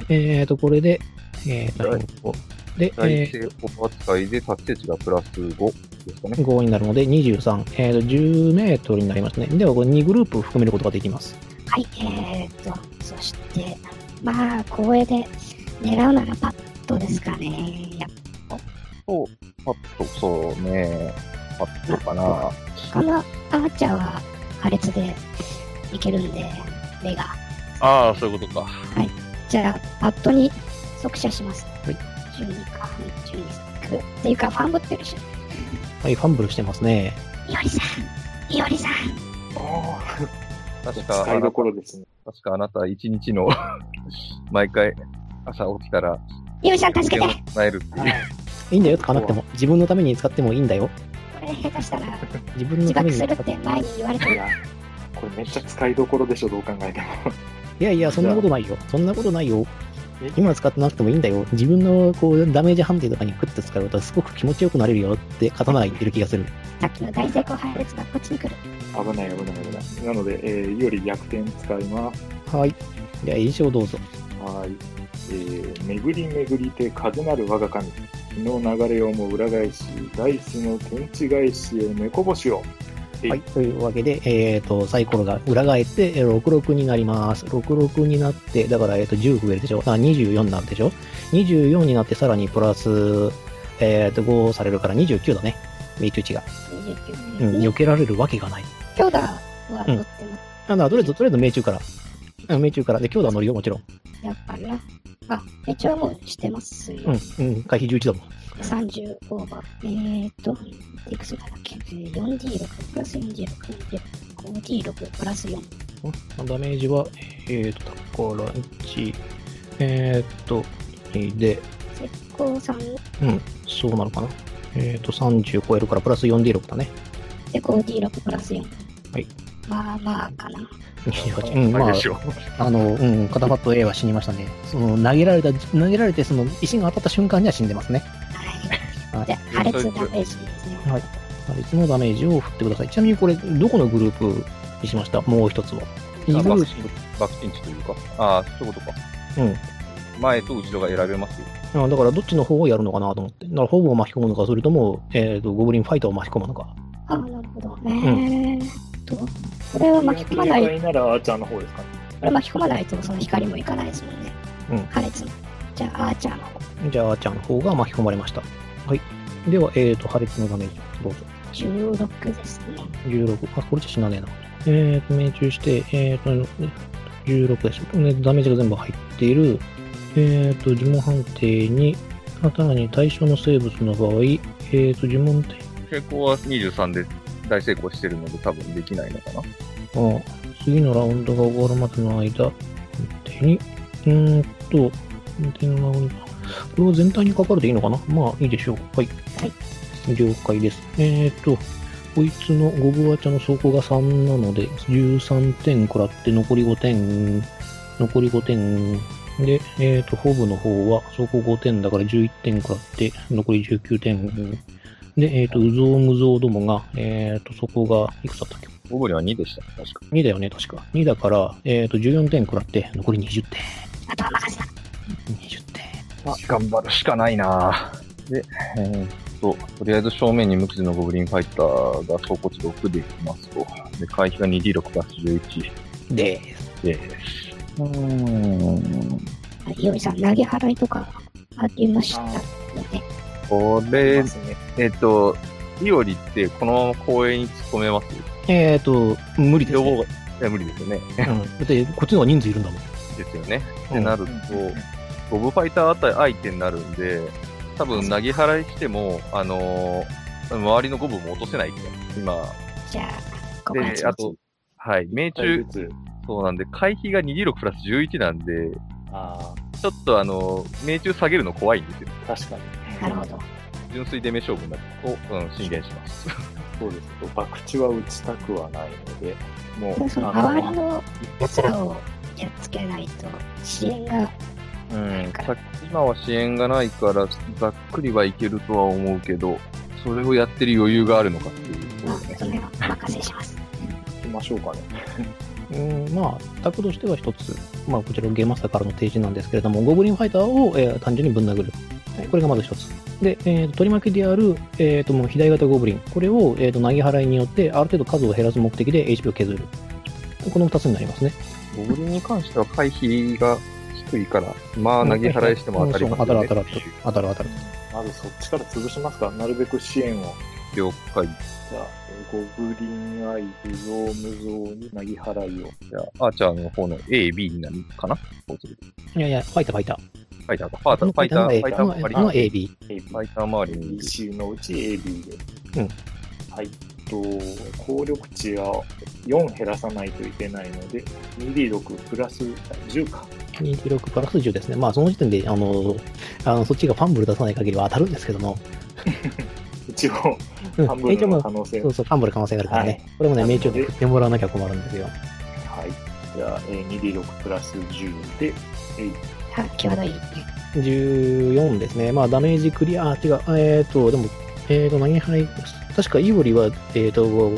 S1: えー、とこれで、えー、と
S2: はい
S1: 変更。で、
S2: 第
S1: え
S2: 一性法扱いで達成値がプラス5ですかね。
S1: ー、5になるので23、えー、と10メートルになりますね。では、これ2グループ含めることができます。
S3: はい、えー、と、そして、まあ、光栄で狙うならパッとですかね。やっ
S2: そう、パッと、そうね。パッとかな。
S3: ぱこのアーチャーは破裂でいけるんで、目が。
S2: ああ、そういうことか。
S3: じゃあ、パッとに速射します。
S1: はい。
S3: 12か、12スっていうか、ファンブってるし。
S1: はい、ファンブルしてますね。
S3: いおりさん、いおりさん、
S2: 確か、
S4: 使いどころですね。
S2: 確かあなた一日の (laughs) 毎回朝起きたら
S3: いおりさん助けて。
S2: を唱えるっていう。
S1: いいんだよ、使わなくても。自分のために使ってもいいんだよ。
S3: これ下手したら
S1: 自分の
S3: 自
S1: ため
S3: 爆
S1: に
S3: す
S1: 使っ
S3: る
S1: て
S3: って前に言われて
S4: いや、これめっちゃ使いどころでしょ、どう考えても。
S1: いやいや、そんなことないよ。そんなことないよ。今使ってなくてもいいんだよ。自分のこうダメージ判定とかにクッと使うとすごく気持ちよくなれるよって刀が言ってる気がする。
S3: さっきの大成功配列がこっちに来る。
S4: 危ない、危ない、危ない。なので、えー、より逆転使います。
S1: はい。じゃあ、印象どうぞ。
S4: はーい。えー、巡り巡りて風なる我が神。気の流れをも裏返し、大地の天地返しへ猫星を。
S1: はい。というわけで、えっ、と、サイコロが裏返って、えー66になります。66になって、だから、えっ、と、10増えるでしょ。あ、24になるでしょ。24になって、さらにプラス、えっ、と、5されるから29だね。命中値が。う
S3: 29
S1: ん、避けられるわけがない。
S3: 強打はとっても、
S1: あだからとりあえず、とりあえず命中から。うん命中から。で、強打乗るよ、もちろん。
S3: やっぱりな。あ、一応もうしてますよ。
S1: うん、うん、回避11だもん。
S3: 30オーバー。えーっと、いくつなんだっけ ?4D6 プラス 4D6 で 5D6 プラス4。
S1: ダメージは、えーと、だから、1、えーと、2で、
S3: 石膏さん
S1: うん、そうなのかな。えーと、30超えるから、プラス 4D6 だね。
S3: で 5D6 プラス4。
S1: はい。
S3: まあまあかな。
S1: 28。うん、ま
S2: あ
S1: あ
S2: れで、しょ
S1: あの、うん、片パッド A は死にましたね。その、投げられた、投げられて、その、石が当たった瞬間には死んでますね。
S3: は
S1: はい
S3: い。じゃあ、破裂ダメージですね。
S1: はいあいつのダメージを振ってください。ちなみにこれ、どこのグループにしましたもう一つは。いい
S2: あ
S1: グ
S2: バ
S1: ル
S2: ク
S1: ー
S2: チンバクチン値というか。ああ、そういうことか。
S1: プ。うん。
S2: 前と後ろが選べますよ。
S1: あだからどっちの方をやるのかなと思って。だからホーブを巻き込むのか、それとも、えっ、と、ゴブリンファイターを巻き込むのか。
S3: ああ、なるほどね。えーっと、これは巻き込まない、こ
S4: なら、あーちゃんの方ですかね。
S3: れ巻き込まないとその光もいかないですもんね。
S1: うん
S3: 破裂の。じゃあ、アーチャーの方
S1: じゃあ、あーちゃんの方が巻き込まれました。はい。では、えっ、と、破裂のダメージ、どうぞ。
S3: 16ですね。
S1: 16。あ、これじゃ死なねえな。えっ、と、命中して、えっ、と、16でしょ。ね、ダメージが全部入っている。えっ、と、呪文判定に、あたらに対象の生物の場合、えっ、と、呪文点
S2: 成功は23で大成功してるので多分できないのかな。
S1: あ次のラウンドが終わるまでの間、手に、うーんと、手のラウンド、これは全体にかかるでいいのかなまあいいでしょう。はい。はい。了解です。えー、っと、こいつのゴブワチャの走行が3なので、13点食らって残り5点、残り5点、うで、えっ、と、ホブの方は、走行5点だから11点食らって、残り19点。で、えっ、と、ウゾウムゾウどもが、えっ、と、そこが、いくつだったっけ
S2: オブリは2でした、確か。
S1: ?2 だよね、確か。2だから、えっ、と、14点食らって、残り20点。
S3: あとは任せた。
S1: 20点。
S2: 頑張るしかないなで、えーっと、とりあえず正面に無傷のゴブリンファイターが走行値6でいきますと、で、回避が 2D6 プラス11
S1: です。
S2: です。うーん。
S3: あいおりさん、投げ払いとかありましたよね。
S2: こ
S4: い
S2: れ
S4: ま、すね
S2: えーっと、イオリってこのまま公園に突っ込めます
S1: えっ、と、無理です、
S2: 両方
S1: ね。
S2: が、いや無理ですよね。
S1: うん。だって、こっちの方が人数いるんだもん。
S2: ですよね。っ
S1: う
S2: て
S1: ん
S2: なると、ゴブファイターあたり相手になるんで、多分投げ払いしても、あのー周りのゴブも落とせない今。
S3: じゃあ、ここは
S2: で、あと、はい、命
S4: 体
S2: 中
S4: 力、図
S2: そうなんで、回避が 2D6 プラス11なんで、
S4: あ
S2: ちょっとあのー命中下げるの怖いんですよ。
S4: あ、確かに。
S3: なるほど。
S2: 純粋で目勝負になると、うん、進言します。
S4: そうですけど、博打は打ちたくはないので、も、
S3: でもそうの
S4: あ
S3: 周り
S4: の、
S3: のやつらをやっつけないと、支援が、
S2: うん、さ今は支援がないから、ざっくりはいけるとは思うけど、それをやってる余裕があるのかっていうとこ
S3: まあ
S2: ろ
S3: その辺
S2: ね、
S3: はお任せします。
S4: 行きましょうかね。
S1: うん、まあ、タクとしては一つ、まあ、こちらのゲームマスターからの提示なんですけれども、ゴブリンファイターを、えー単純にぶん殴る。これがまず一つ。で、えーと取り巻きである、えーともう肥大型ゴブリン、これを、えーと投げ払いによって、ある程度数を減らす目的で HP を削る。この二つになりますね。
S2: ゴブリンに関しては回避が低いから、まあ投げ払いしても当たります
S1: うん
S2: よ
S1: そう
S2: ね。
S1: 当たる当たる当たる当たる。
S4: まずそっちから潰しますか、なるべく支援を。
S2: 了解。
S4: じゃあ、ゴブリンアイ、ブゾウムゾウに投げ払いを。
S2: じゃあ、アーチャーの方の A、B になるかなこうすると
S1: いやいや、ファイターファイター。
S2: ファイターか。ファイター、ファイター、ファイター
S1: の
S2: 周り
S1: の
S2: に。
S1: の AB。
S4: A、B
S2: ファイター周りに。
S4: BC のうち AB で。
S1: うん
S4: はい。と、効力値は4減らさないといけないので、2D6 プラス10か。
S1: 2D6 プラス10ですね。まあ、その時点で、あの、あのそっちがファンブル出さない限りは当たるんですけども。
S4: 一応、
S1: うん
S4: 半分の可能性
S1: そ
S4: は
S1: うそう、ファンブル可能性があるからね。
S4: はい
S1: これもね、命中で振ってもらわなきゃ困るんですよ。
S4: はい。じゃあ、えー 2D6 プラス10で、えい
S3: あ、際どい。
S1: 14ですね。まあ、ダメージクリア、あ、違う、えっ、と、でも、えっ、と、投げ払い、確かイオリは、えっ、と、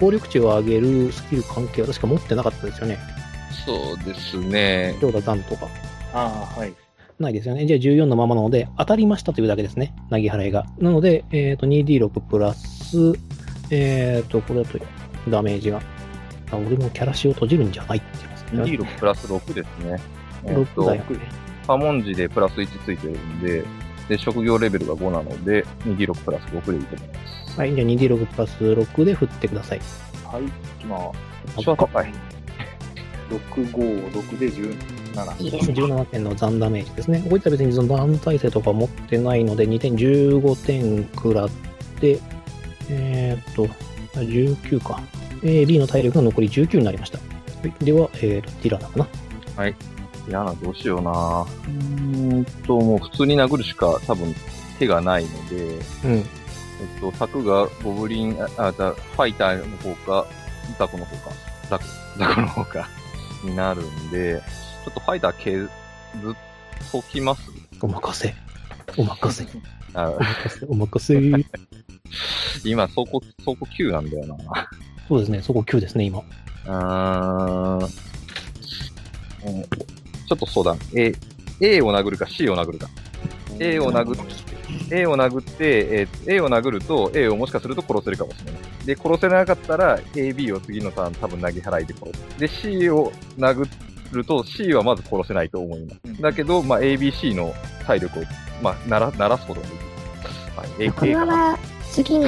S1: 効力値を上げるスキル関係は確か持ってなかったですよね。
S2: そうですね。
S1: 強打弾とか。
S4: ああ、はい。
S1: ないですよね。じゃあ14のままなので、当たりましたというだけですね。投げ払いが。なので、えっ、と、2D6 プラス、えっ、と、これだと、ダメージが。あ、俺もキャラシを閉じるんじゃないって言いますね。
S2: 2D6 プラス6ですね。えっ
S1: 6
S2: と
S1: だ、よね。
S2: 波紋字でプラス1ついてるんで、で、職業レベルが5なので、2D6 プラス6でいいと思います。
S1: はい、じゃあ 2D6 プラス6で振ってください。
S4: はい、いきます。
S2: 一番高い。
S4: 6、5、6で17。
S3: いいですね。
S1: 17点の残ダメージですね。こういったら別にその弾耐性とか持ってないので、2点15点食らって、えーっと、あ19か。A、B の体力が残り19になりました。はいでは、えーっと、ティラナかな。
S2: 嫌な、どうしようなうーんと、もう普通に殴るしか多分手がないので、
S1: うん。
S2: えっと、柵がゴブリン、あ、あじゃあファイターの方か、ザコの方か、ザコ、ザコの方か、 (laughs) になるんで、ちょっとファイター削っときます。
S1: お任せ。お任せ。
S2: あ
S1: お任せ。お任せ。
S2: 今、走行、走行9なんだよ
S1: そうですね、そこ9ですね、今。
S2: な。うーん。うんちょっと相談。A、A を殴るか C を殴るか。A を殴って、A を殴って、えー A を殴ると、A をもしかすると殺せるかもしれない。で、殺せなかったら、AB を次のターン多分投げ払いで殺す。で、C を殴ると、C はまず殺せないと思いま
S4: うん
S2: す。だけど、まあ、ABC の体力を、まあ、なら、ならすことができる。はい、A,
S3: こ
S2: A
S3: の
S2: か
S3: ま
S2: な
S3: ま次に、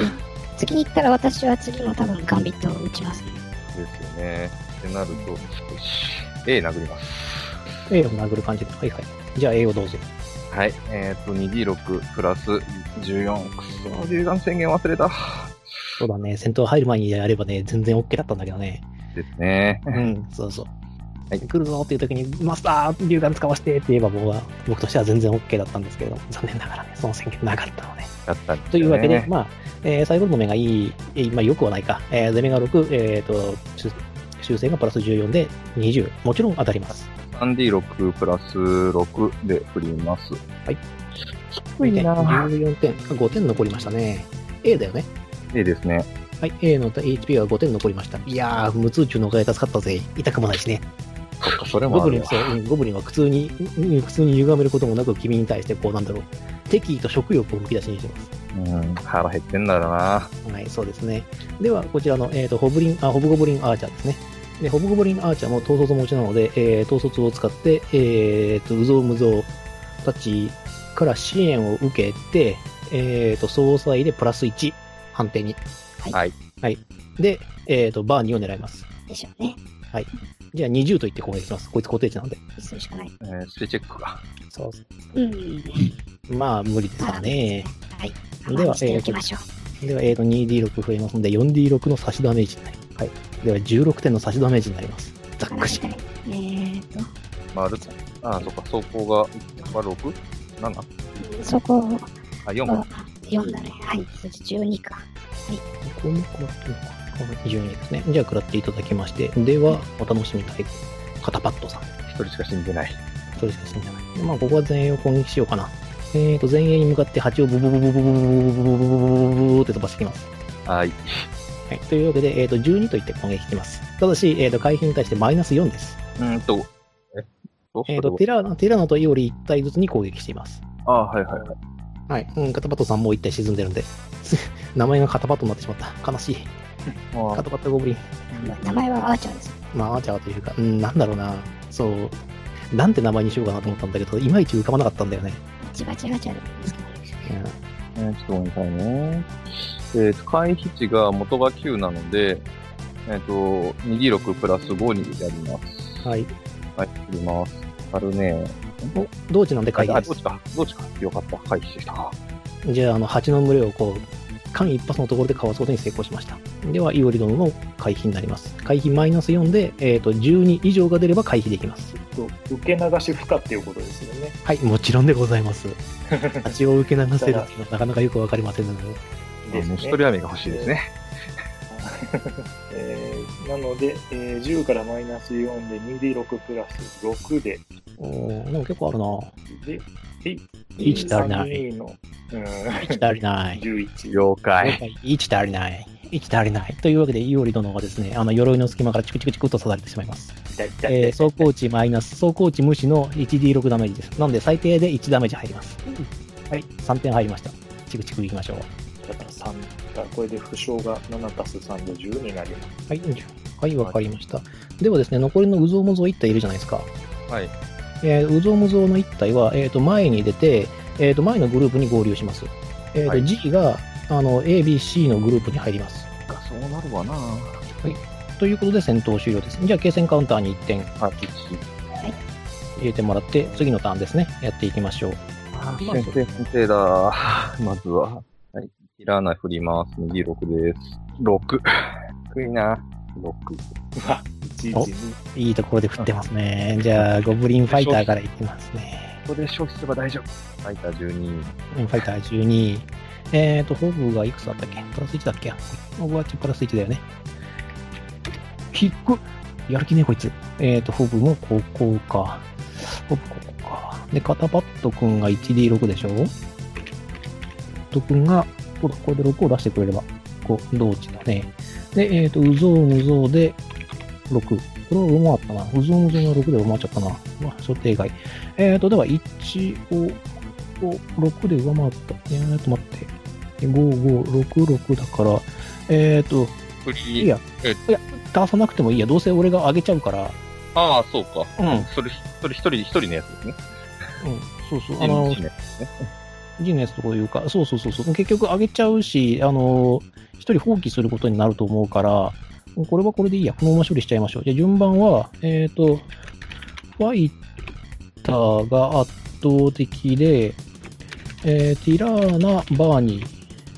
S3: 次に行ったら私は次の多分ガンビットを打ちます。
S2: ですよね。ってなると、よし A 殴ります。
S1: A を殴る感じで。はいはい。じゃあ A をどうぞ。
S2: はい。えっ、と、2D6 プラス14。くそ、銃弾宣言忘れた。
S1: そうだね、戦闘入る前にやればね、全然 OK だったんだけどね。
S2: ですね。
S1: うん、そうそう。
S2: はい
S1: 来るぞっていう時に、マスター、龍眼使わせてって言えば僕は、僕としては全然 OK だったんですけど、残念ながらね、その宣言なかったので。
S2: だったんすよね
S1: というわけで、まあ、えー最後の目がいい、えーまあ、よくはないか、えーゼミが6、えっ、と、修修正がプラス14で20、もちろん当たります。
S2: 3D6 プラス6で振ります。
S1: 低いね。14点。5点残りましたね。A だよね。
S2: いいですね。
S1: はい、A の HP は5点残りました。いやー、無痛中のおかげで助かったぜ。痛くもないしね。
S2: そっか、それ
S1: ゴ
S2: もあ
S1: ブ
S2: る
S1: リン
S2: よ。
S1: そう、うんゴブリンは苦痛に、うん苦痛に歪めることもなく君に対して、こう、なんだろう。敵意と食欲をむき出しにしてます。
S2: うん、腹減ってんだろうな。
S1: はい、そうですね。では、こちらの、えー、とホブリンあホブゴブリンアーチャーですね。でホブゴブリンアーチャーも統率持ちなので、えー統率を使って、えー、と、うぞうむぞうたちから支援を受けて、えー、と、総裁でプラス1、判定に。
S2: はい。
S1: で、えー、と、バーニーを狙います。
S3: でしょうね。
S1: じゃあ20と言って攻撃します。こいつ固定値なんで。
S3: するしかない。
S2: えー、ステチェックが。
S1: そ
S3: うん。
S1: う。まあ、無理ですかね。
S3: はい。
S1: では
S3: 甘くしておきましょう。
S1: では、えー、と、2D6 増えますので、4D6 の差しダメージになります。はい。では、16点の差しダメージになります。ざっくし。
S3: はいえーと、
S2: 丸、ああ、そっか、走行が、まあ、6? 7?
S3: そこ
S2: あ、4
S3: は
S2: か。
S3: 4だね。はい。そして12か。
S1: このくらってるのかこの12ですね。じゃあ、食らっていただきまして、では、お楽しみたい。カタパットさん。
S2: 1人しか死んでない。
S1: それしか死んじゃない。まあ、ここは前衛を攻撃しようかな。えーと、前衛に向かって蜂をブブブブブブブブブブブブブって飛ばしてきます。
S2: はい。
S1: はい。というわけで、えーと、12と言って攻撃します。ただし、えーと、回避に対してマイナス4です。
S2: うーんと、えっと、
S1: えーと、
S2: こ
S1: テ
S2: れ
S1: ラノ、テラノとイオリ1体ずつに攻撃しています。
S2: ああ、はいはいはい。
S1: はい。うん、カタパットさんもう1体沈んでるん (laughs) で。名前がカタパットになってしまった。悲しい。
S2: ま
S1: カタパットゴブリン。
S3: 名前はアーチャーです。
S1: まあ、アーチャーというか、うん、なんだろうな、そう、なんて名前にしようかなと思ったんだけど、いまいち浮かばなかったんだよね。
S3: チバチガチャですけど。
S1: うん
S2: えーちょっとごめんなさいね。えーと、回避値が元が9なので、えっ、と、2D6 プラス5にやります。
S1: はい。
S2: はい、振ります。あるね。
S1: お同時なんで
S2: 回
S1: 回
S2: 避あ、
S1: 避
S2: どっ
S1: で
S2: ちか。どっちか。よかった。回避してきた。
S1: す。じゃあ、あの、蜂の群れをこう、間一髪のところでかわすことに成功しました。では、イオリドンの回避になります。回避マイナス4で、えっ、と、12以上が出れば回避できます。
S4: と受け流し不可っていうことですよね。
S1: はい、もちろんでござい (laughs) ます。蜂を受け流せるっていうのはなかなかよくわかりませんので、
S4: ですね
S2: 虫取り網が欲しいですね。
S4: えーなので、えー10からマイナス4で 2D6 プラス6で、
S1: うん、でも結構あるな
S4: で、
S1: 1足りない。
S4: 3の、うん、
S1: 1足り (laughs) ない。
S4: 11。
S2: 了解。
S1: 1足りない。1足りない。というわけで、イオリ殿はですね、あの、鎧の隙間からチクチクチクっと刺されてしまいます。えー、走行値マイナス、走行値無視の 1D6 ダメージです。なので、最低で1ダメージ入ります。はい、3点入りました。チクチクいきましょう。
S4: だから3だこれで負傷が7足す3で10になります。
S1: はい、はい、わかりました。ではですね、残りのウゾウモゾウ1体いるじゃないですか。
S2: はい。
S1: えー、ウゾウムゾウの1体は、えー、と前に出て、えー、と前のグループに合流します。えーと
S2: はい
S1: G があの A、B、C のグループに入ります。
S2: そうなるわな。
S1: ということで戦闘終了です。じゃあ、継戦カウンターに1点
S2: あ、1。
S1: 入れてもらって、次のターンですね、やっていきましょう。
S2: あ
S1: まあ
S2: 先生、先生だ。まずは。はい。いらない振ります。2D6 です。6。低 (laughs) いな。6。
S4: うわ、1、
S1: お
S4: 1、2。
S1: いいところで振ってますね。じゃあ、ゴブリンファイターからいきますね。
S2: ここで消費すれば大丈夫。はい、た12。
S1: うんファイター12。えっ、と、ホブがいくつだったっけプラス1だっけホブはちプラス1だよね。キックやる気ねえ、こいつ。えっ、と、ホブもここか。ホブここか。で、カタパット君が 1D6 でしょと君が、そうだ、これで6を出してくれれば、5、同値だね。で、えっ、と、うぞうむぞうで6。これは上回ったな。うぞうむぞうが6で上回っちゃったな。うわ、想定外。えっ、と、では、1を、お6で上回った。えーっと、待って。5566だから、えーっと、
S2: 振
S1: い
S2: り
S1: いや。
S2: え
S1: いや、出さなくてもいいや。どうせ俺が上げちゃうから。
S2: ああ、そうか。
S1: うん。うん。
S2: それ、それ一人、一人のやつですね。
S1: そうそう。あの
S2: 一、人のやつね
S1: ジネスというか、そうそうそうそう。結局上げちゃうし、あの、一人放棄することになると思うから、これはこれでいいや。このまま処理しちゃいましょう。じゃあ順番は、えーっと、ファイターが圧倒的で、えーティラーナ、バーニー。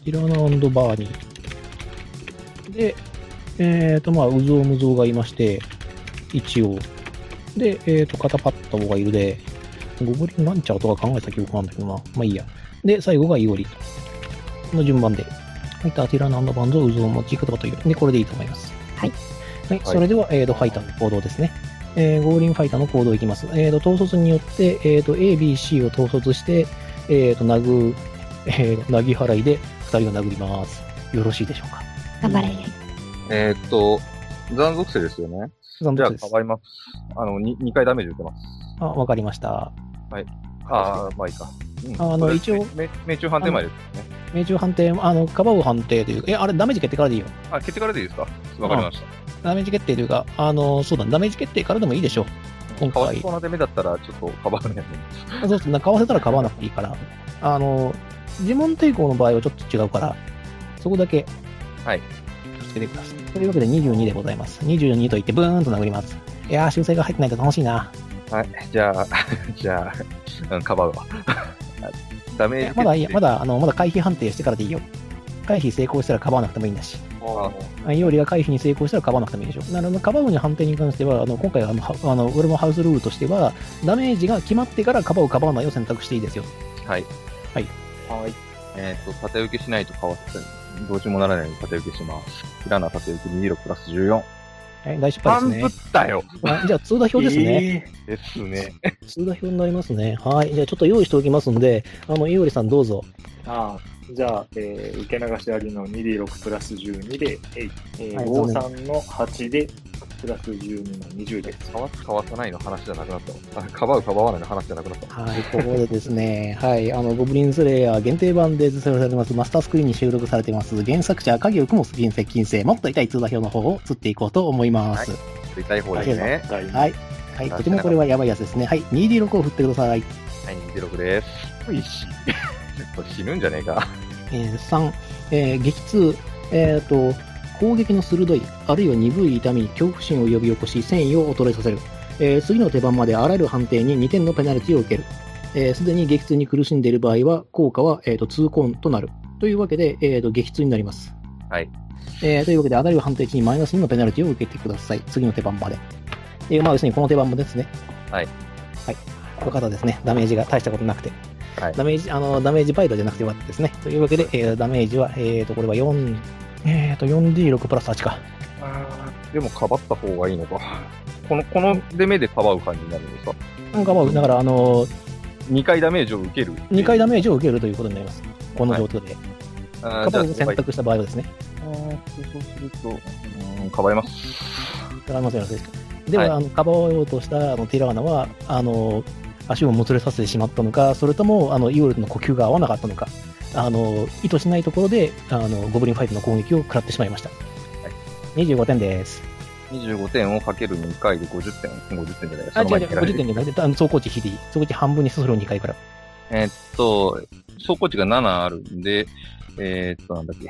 S1: ティラーナバーニー。で、えーと、まあ、ウゾウムゾウがいまして、一応。で、えーと、カタパッタボがいるで、ゴブリンランチャーとか考えた記憶なんだけどな。まあいいや。で、最後がイオリ。の順番で。はい、ターティラーナバンゾウ、ウゾウムゾウ、カタパッタボイオリ。で、これでいいと思います。
S3: はい。
S1: はい、それでは、えーと、ファイターの行動ですね。えーゴーリンファイターの行動いきます。えーと、統率によって、えーと、A、B、C を統率して、えーと、殴、えー、なぎ払いで2人を殴ります。よろしいでしょうか。
S3: 頑張れ。
S2: えーっと、残属性ですよね。
S1: 残
S2: じ
S1: 念
S2: ゃあ、
S1: です
S2: か。ばいます。あの、2, 回ダメージ受けます。
S1: あ、わかりました。
S2: ああ、まあいいか。うん
S1: ああの
S2: これ
S1: 一応
S2: め命中判定前ですよね。
S1: 命中判定、あの、かばう判定というか、え、あれ、ダメージ決定からでいいよ。
S2: あ、決定からでいいですかわかりまし
S1: ダメージ決定というか、あの、そうだ、ダメージ決定からでもいいでしょう。
S2: た。
S1: 今
S2: かわ
S1: 回
S2: いそうなダメだったら、ちょっとかばわないやつに
S1: そうですね、買わせたら買わなくていいから、あの、呪文抵抗の場合はちょっと違うから、そこだけ、
S2: はい。
S1: 気をつけてください。というわけで22でございます。22と言って、ブーンと殴ります。いやー、修正が入ってないと楽しいな。
S2: はい、じゃあ、 (laughs) じゃあ、うん、かばうわ。
S1: いや
S2: ダメージ決定
S1: まだいいや、まだ、あの、まだ回避判定してからでいいよ。回避成功したらかばわなくてもいいんだし。
S2: あ
S1: あよりが回避に成功したらかばわなくてもいいでしょ。なので、かばうに判定に関しては、あの今回はあのはあの、俺もハウスルールとしては、ダメージが決まってからかばう、かばわないを選択していいですよ。
S2: はい。
S1: はい。
S2: はい。えっ、と、縦受けしないとかわせて、どうしようもならないように縦受けします。ひらな縦受け26プラス14。
S1: はい、大失敗
S2: 半
S1: で
S2: ぶっ
S1: すね。
S2: たよ
S1: あじゃあ、通打表ですね。
S2: ですね。
S1: 通打表になりますね。はい。じゃあちょっと用意しておきますんで、あの、いおりさんどうぞ。
S4: ああじゃあ、えー受け流しありの 2D6 プラス12で、えいえー
S1: はい
S4: 53の8で、プラス12の20です。
S2: かわすかわさないの話じゃなくなったわ。あかばうかばわないの話じゃなくなったわ。
S1: はい。ここでですね、 (laughs) はい。あの、ゴブリンスレイヤー限定版で実装されます、マスタースクリーンに収録されています、原作者、影を雲す銀接近性、もっと痛い通打表の方を釣っていこうと思います。
S2: 痛い方ですね。
S4: 第二
S1: はい。はい。とてもこれはやばいやつですね。はい。2D6 を振ってください。
S2: はい、26です。ほい (laughs) し。これ死ぬんじゃねえか。
S1: えー3、えー激痛、えーと、攻撃の鋭い、あるいは鈍い痛み、恐怖心を呼び起こし、戦意を衰えさせる。えー次の手番まであらゆる判定に2点のペナルティを受ける。えーすでに激痛に苦しんでいる場合は、効果は、えー、と痛恨となる。というわけで、えー、と激痛になります。
S2: はい。
S1: えーというわけで、あらゆる判定値にマイナス2のペナルティを受けてください。次の手番まで。えーまあ、要するにこの手番もですね。
S2: はい。
S1: はい。この方ですね。ダメージが大したことなくて。
S2: はい
S1: ダメージ、あの、ダメージバイドじゃなくてよかったですね。というわけで、えーダメージは、えーと、これは4、えーと、4D6 プラス8か。
S2: でもかばった方がいいのか。この、この出目でかばう感じになるんですか
S1: なんかまあ、だから、あの、
S2: ?2 回ダメージを受ける。
S1: 2回ダ
S2: メ
S1: メージを受けるということになります。この状況で。
S2: ージあ
S1: カ
S2: ーじ
S1: バ
S2: ゃあ
S1: ーを選択した場合はですね。
S2: あーそうすると、うーん、かばいます。
S1: ドラマ戦のですでは、
S2: はい
S1: あのカバーをようとしたあのティラーナはあの足をもつれさせてしまったのかそれともあのイオルとの呼吸が合わなかったのかあの意図しないところであのゴブリンファイトの攻撃を食らってしまいました、25点です
S2: 25点をかける2回で50点、50点じゃないです
S1: あ違う違う
S2: か
S1: 50点じゃなくてあの走行値引いていい走行値半分にする2回から
S2: えーっと、走行値が7あるんで、えーっと、なんだっけ、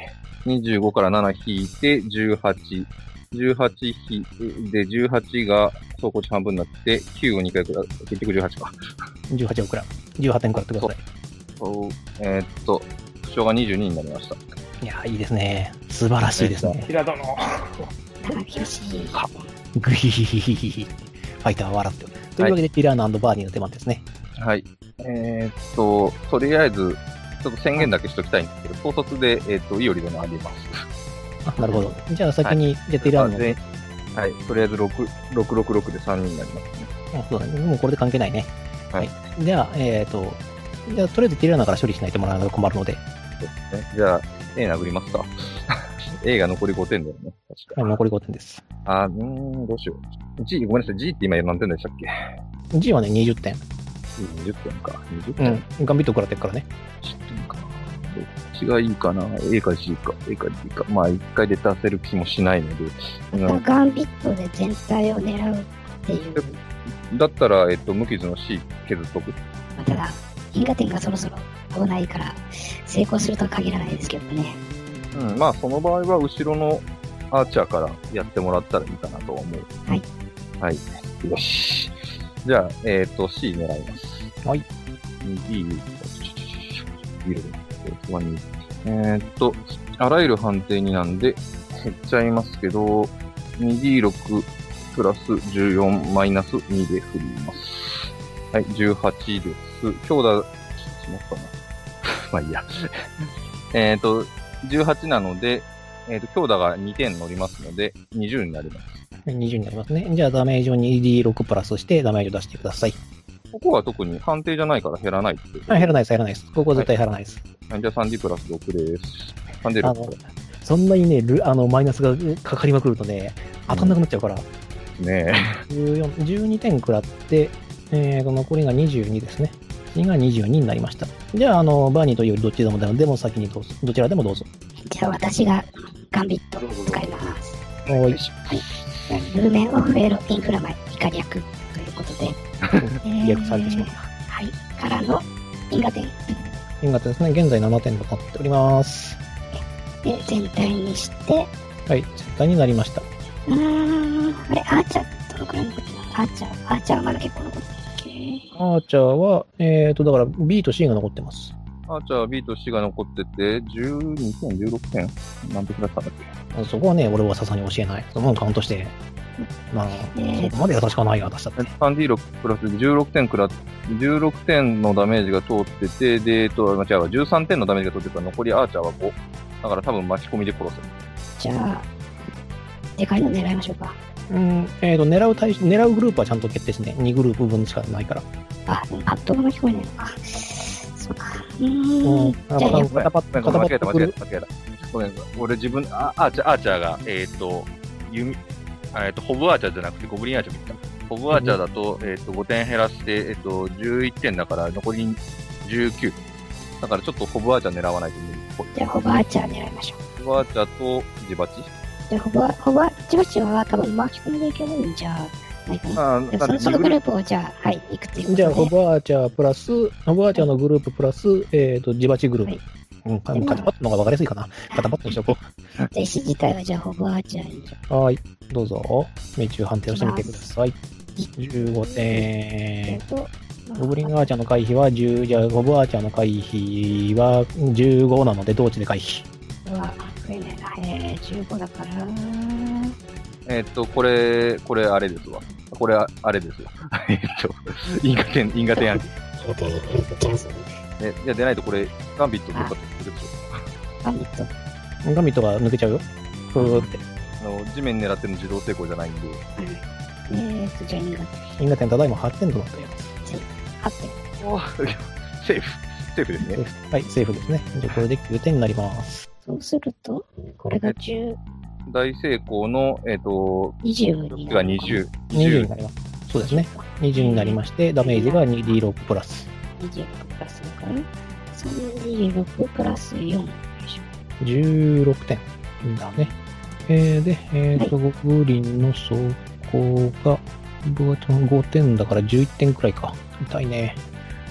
S2: 25から7引いて、18。18引いて、で、18が走行値半分になって、9を2回くらい、結局18か。
S1: 18をくら18点くらってくださ
S2: おえーっと、負傷が22になりました。
S1: いいやいいですね素晴らしいですね
S4: 平殿。
S3: 高木よし。
S1: グヒヒヒヒヒヒファイターは笑ってるというわけで、ティラーナバーニーの手番ですね
S2: はい。えーっと、とりあえず、ちょっと宣言だけしときたいんですけど、高卒で、えーっと、いより殿あります。
S1: あなるほどじゃあ先に、じゃあティ
S2: (laughs)
S1: ラーナの
S2: 全員はい、とりあえず6、666で3人になります。
S1: あそうだね。もうこれで関係ないね。
S2: はい
S1: い。じゃあ、えっ、と、じゃあ、とりあえずティラーナから処理しないともらうのが困るので、
S2: ねじゃあ、A 殴りますか。A が残り5点だよね。確か。
S1: 残り5点です。
S2: あ、うーん、どうしよう。G、ごめんなさい。G って今何点でしたっけ
S1: G はね、20点。
S2: ?20 点か。20
S1: う
S2: 点。
S1: ん。ガンビット食らってるからね。
S2: 10点か。どっちがいいかな ?A か G か。A か G か。まあ、1回で出せる気もしないので。
S3: またガンビットで全体を狙うっていう。
S2: うんだったら、えっと、無傷の C 削っとく。
S3: まあただ、銀河点がそろそろ危ないから、成功するとは限らないですけどね。
S2: うん、まあ、その場合は、後ろのアーチャーからやってもらったらいいかなとは思う。
S3: はい。
S2: はい。よし。じゃあ、えっ、と、C 狙います。
S1: はい。
S2: いいビルえーっと、あらゆる判定になんで、減っちゃいますけど、2D6 プラス14マイナス2で振ります。はい、18です。強打、しますかな (laughs) まあいいや。 (laughs) えーっと、18なので、えーっと、強打が2点乗りますので、20になります。
S1: え20になりますね。じゃあ、ダメージを 2D6 プラスして、ダメージを出してください。
S2: ここは特に判定じゃないから減らないってこと。
S1: あ、減らないです、減らないです。ここは絶対減らないです。
S2: じゃあ 3D プラス6です。3D
S1: あ
S2: 6
S1: の
S2: で、
S1: そんなにね、ルあの、マイナスがかかりまくるとね、当たんなくなっちゃうから、
S2: すね。
S1: 14 12点食らって、えーと、残りが22ですね。次が22になりました。じゃあ、あの、バーニーとよりどっちでもでも先にどうぞ。どちらでもどうぞ。
S3: じゃあ私がガンビット
S4: どうぞどうぞ
S3: 使います。
S1: おい。
S3: ルーメンオフェロインフラマイ、イカリアクということで。
S1: リアクされてしまう
S3: えーはい。からの因果点
S1: よかったですね。現在7点となっております。
S3: で全体にして、
S1: はい。絶対になりました。
S3: うーん、あれ、アーチャーどのくらい残ってるのアーチャー、アーチャーはまだ結構残ってるっけ
S1: アーチャーは、えーと、だから B と C が残ってます。
S2: あ、じゃあ B と C が残ってて、12点、16点なんてくらったんだっけ
S1: そこはね、俺はさすがに教えない。その分カウントして、まあ、そこまで優しくはないが、私だって。
S2: ?3D6 プラス16点くらって、16点のダメージが通ってて、で、えっと、間違えば13点のダメージが通ってたら残りアーチャーは5。だから多分巻き込みで殺せる。
S3: じゃあ、でかいの狙いましょうか。
S1: うん、えーと、狙う対象、狙うグループはちゃんと決定してね。2グループ分しかないから。
S3: あ、でもパッドが聞こえないのか。そうか。う
S1: う
S3: ー
S1: ん
S3: ん、じゃあ
S1: あ
S3: やっ
S2: ごめん
S1: 片パ
S2: ごめんごめん間違えた、
S1: 片パ
S2: 間違えた、間違えた。ごめん、俺自分、あアーチャー、アーチャーが、えっ、と、弓、あえっ、と、ホブアーチャーじゃなくて、ゴブリンアーチャーみたいな。ホブアーチャーだと、えっ、と、5点減らして、えっ、と、11点だから、残り19。だからちょっとホブアーチャー狙わないと無理っぽい。
S3: じゃあホバーチャー狙いましょう。
S2: ホブアーチャーとジバチ
S3: じゃあホバー、ホバー、チバチは多分巻き込みでいけるんじゃないかな。
S2: あ
S3: でもそのそのグループをじゃあ、はい、いくついうことで。
S1: じゃあ、ホバーチャープラス、ホバーチャーのグループプラス、えーと、ジバチグループ。うん、か片パッドの方が分かりやすいかな。片パッドにしとこ
S3: 弟子自体はじゃあホバーチャーに
S1: う。はーい。どうぞ。命中判定をしてみてください。15
S3: え
S1: 点
S3: っ。と、
S1: ゴブリンアーチャーの回避は10、じゃあ、ゴブアーチャーの回避は15なので、同値で回避。
S3: は増えないな。えー、15だから、
S2: えっ、と、これ、これあれですわ。これああれですわ。 (laughs) えっと、因果点、因果点アン
S3: 入れて、入れてチャンス。
S2: え、いや、出ないとこれ、ガンビットとかってするでしょ。
S3: ガンビット。
S1: ガミットが抜けちゃうよ。ふーって。
S2: あの、地面狙ってるの自動成功じゃないんで。
S3: えーと、じゃあ2が
S1: 因果点ただいま8点となっています。
S3: あって、
S2: おセーフ。セーフですね。
S1: はい、セーフですね。じゃあ、これで9点になります。
S3: そうすると、これが10、
S2: 大成功の、えっ、と、
S3: 20
S2: が20。
S1: 20になります。そうですね。20になりまして、ダメージが 2D6 プラス。
S3: 26プラスだから、36プラス4。
S1: 16点だね。えー、で、えーと、ゴブリンの走行が、僕は5点だから11点くらいか。痛いね。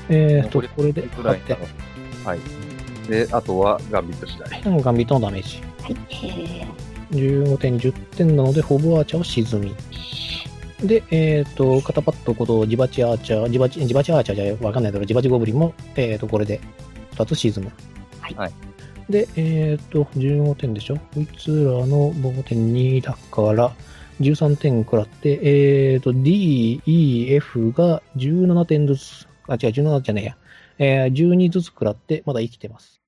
S1: えーと、これで
S2: くらい
S1: 8
S2: な
S1: 点
S2: の。はい。で、あとはガンビット次第。
S1: うんガンビットのダメージ。
S3: はい、え
S1: 15点、10点なので、ホブアーチャーを沈み。で、えっ、と、肩パッドこと、ジバチアーチャー、ジバチ、ジバチアーチャーじゃわかんないだろう、ジバチゴブリンも、えっ、と、これで2つ沈む。
S3: はい
S2: はい
S1: で、えっ、と、15点でしょこいつらの防護点2だから、13点食らって、えっ、と、D、E、F が17点ずつ、あ、違う、17じゃねえや。えー、12ずつ食らって、まだ生きてます。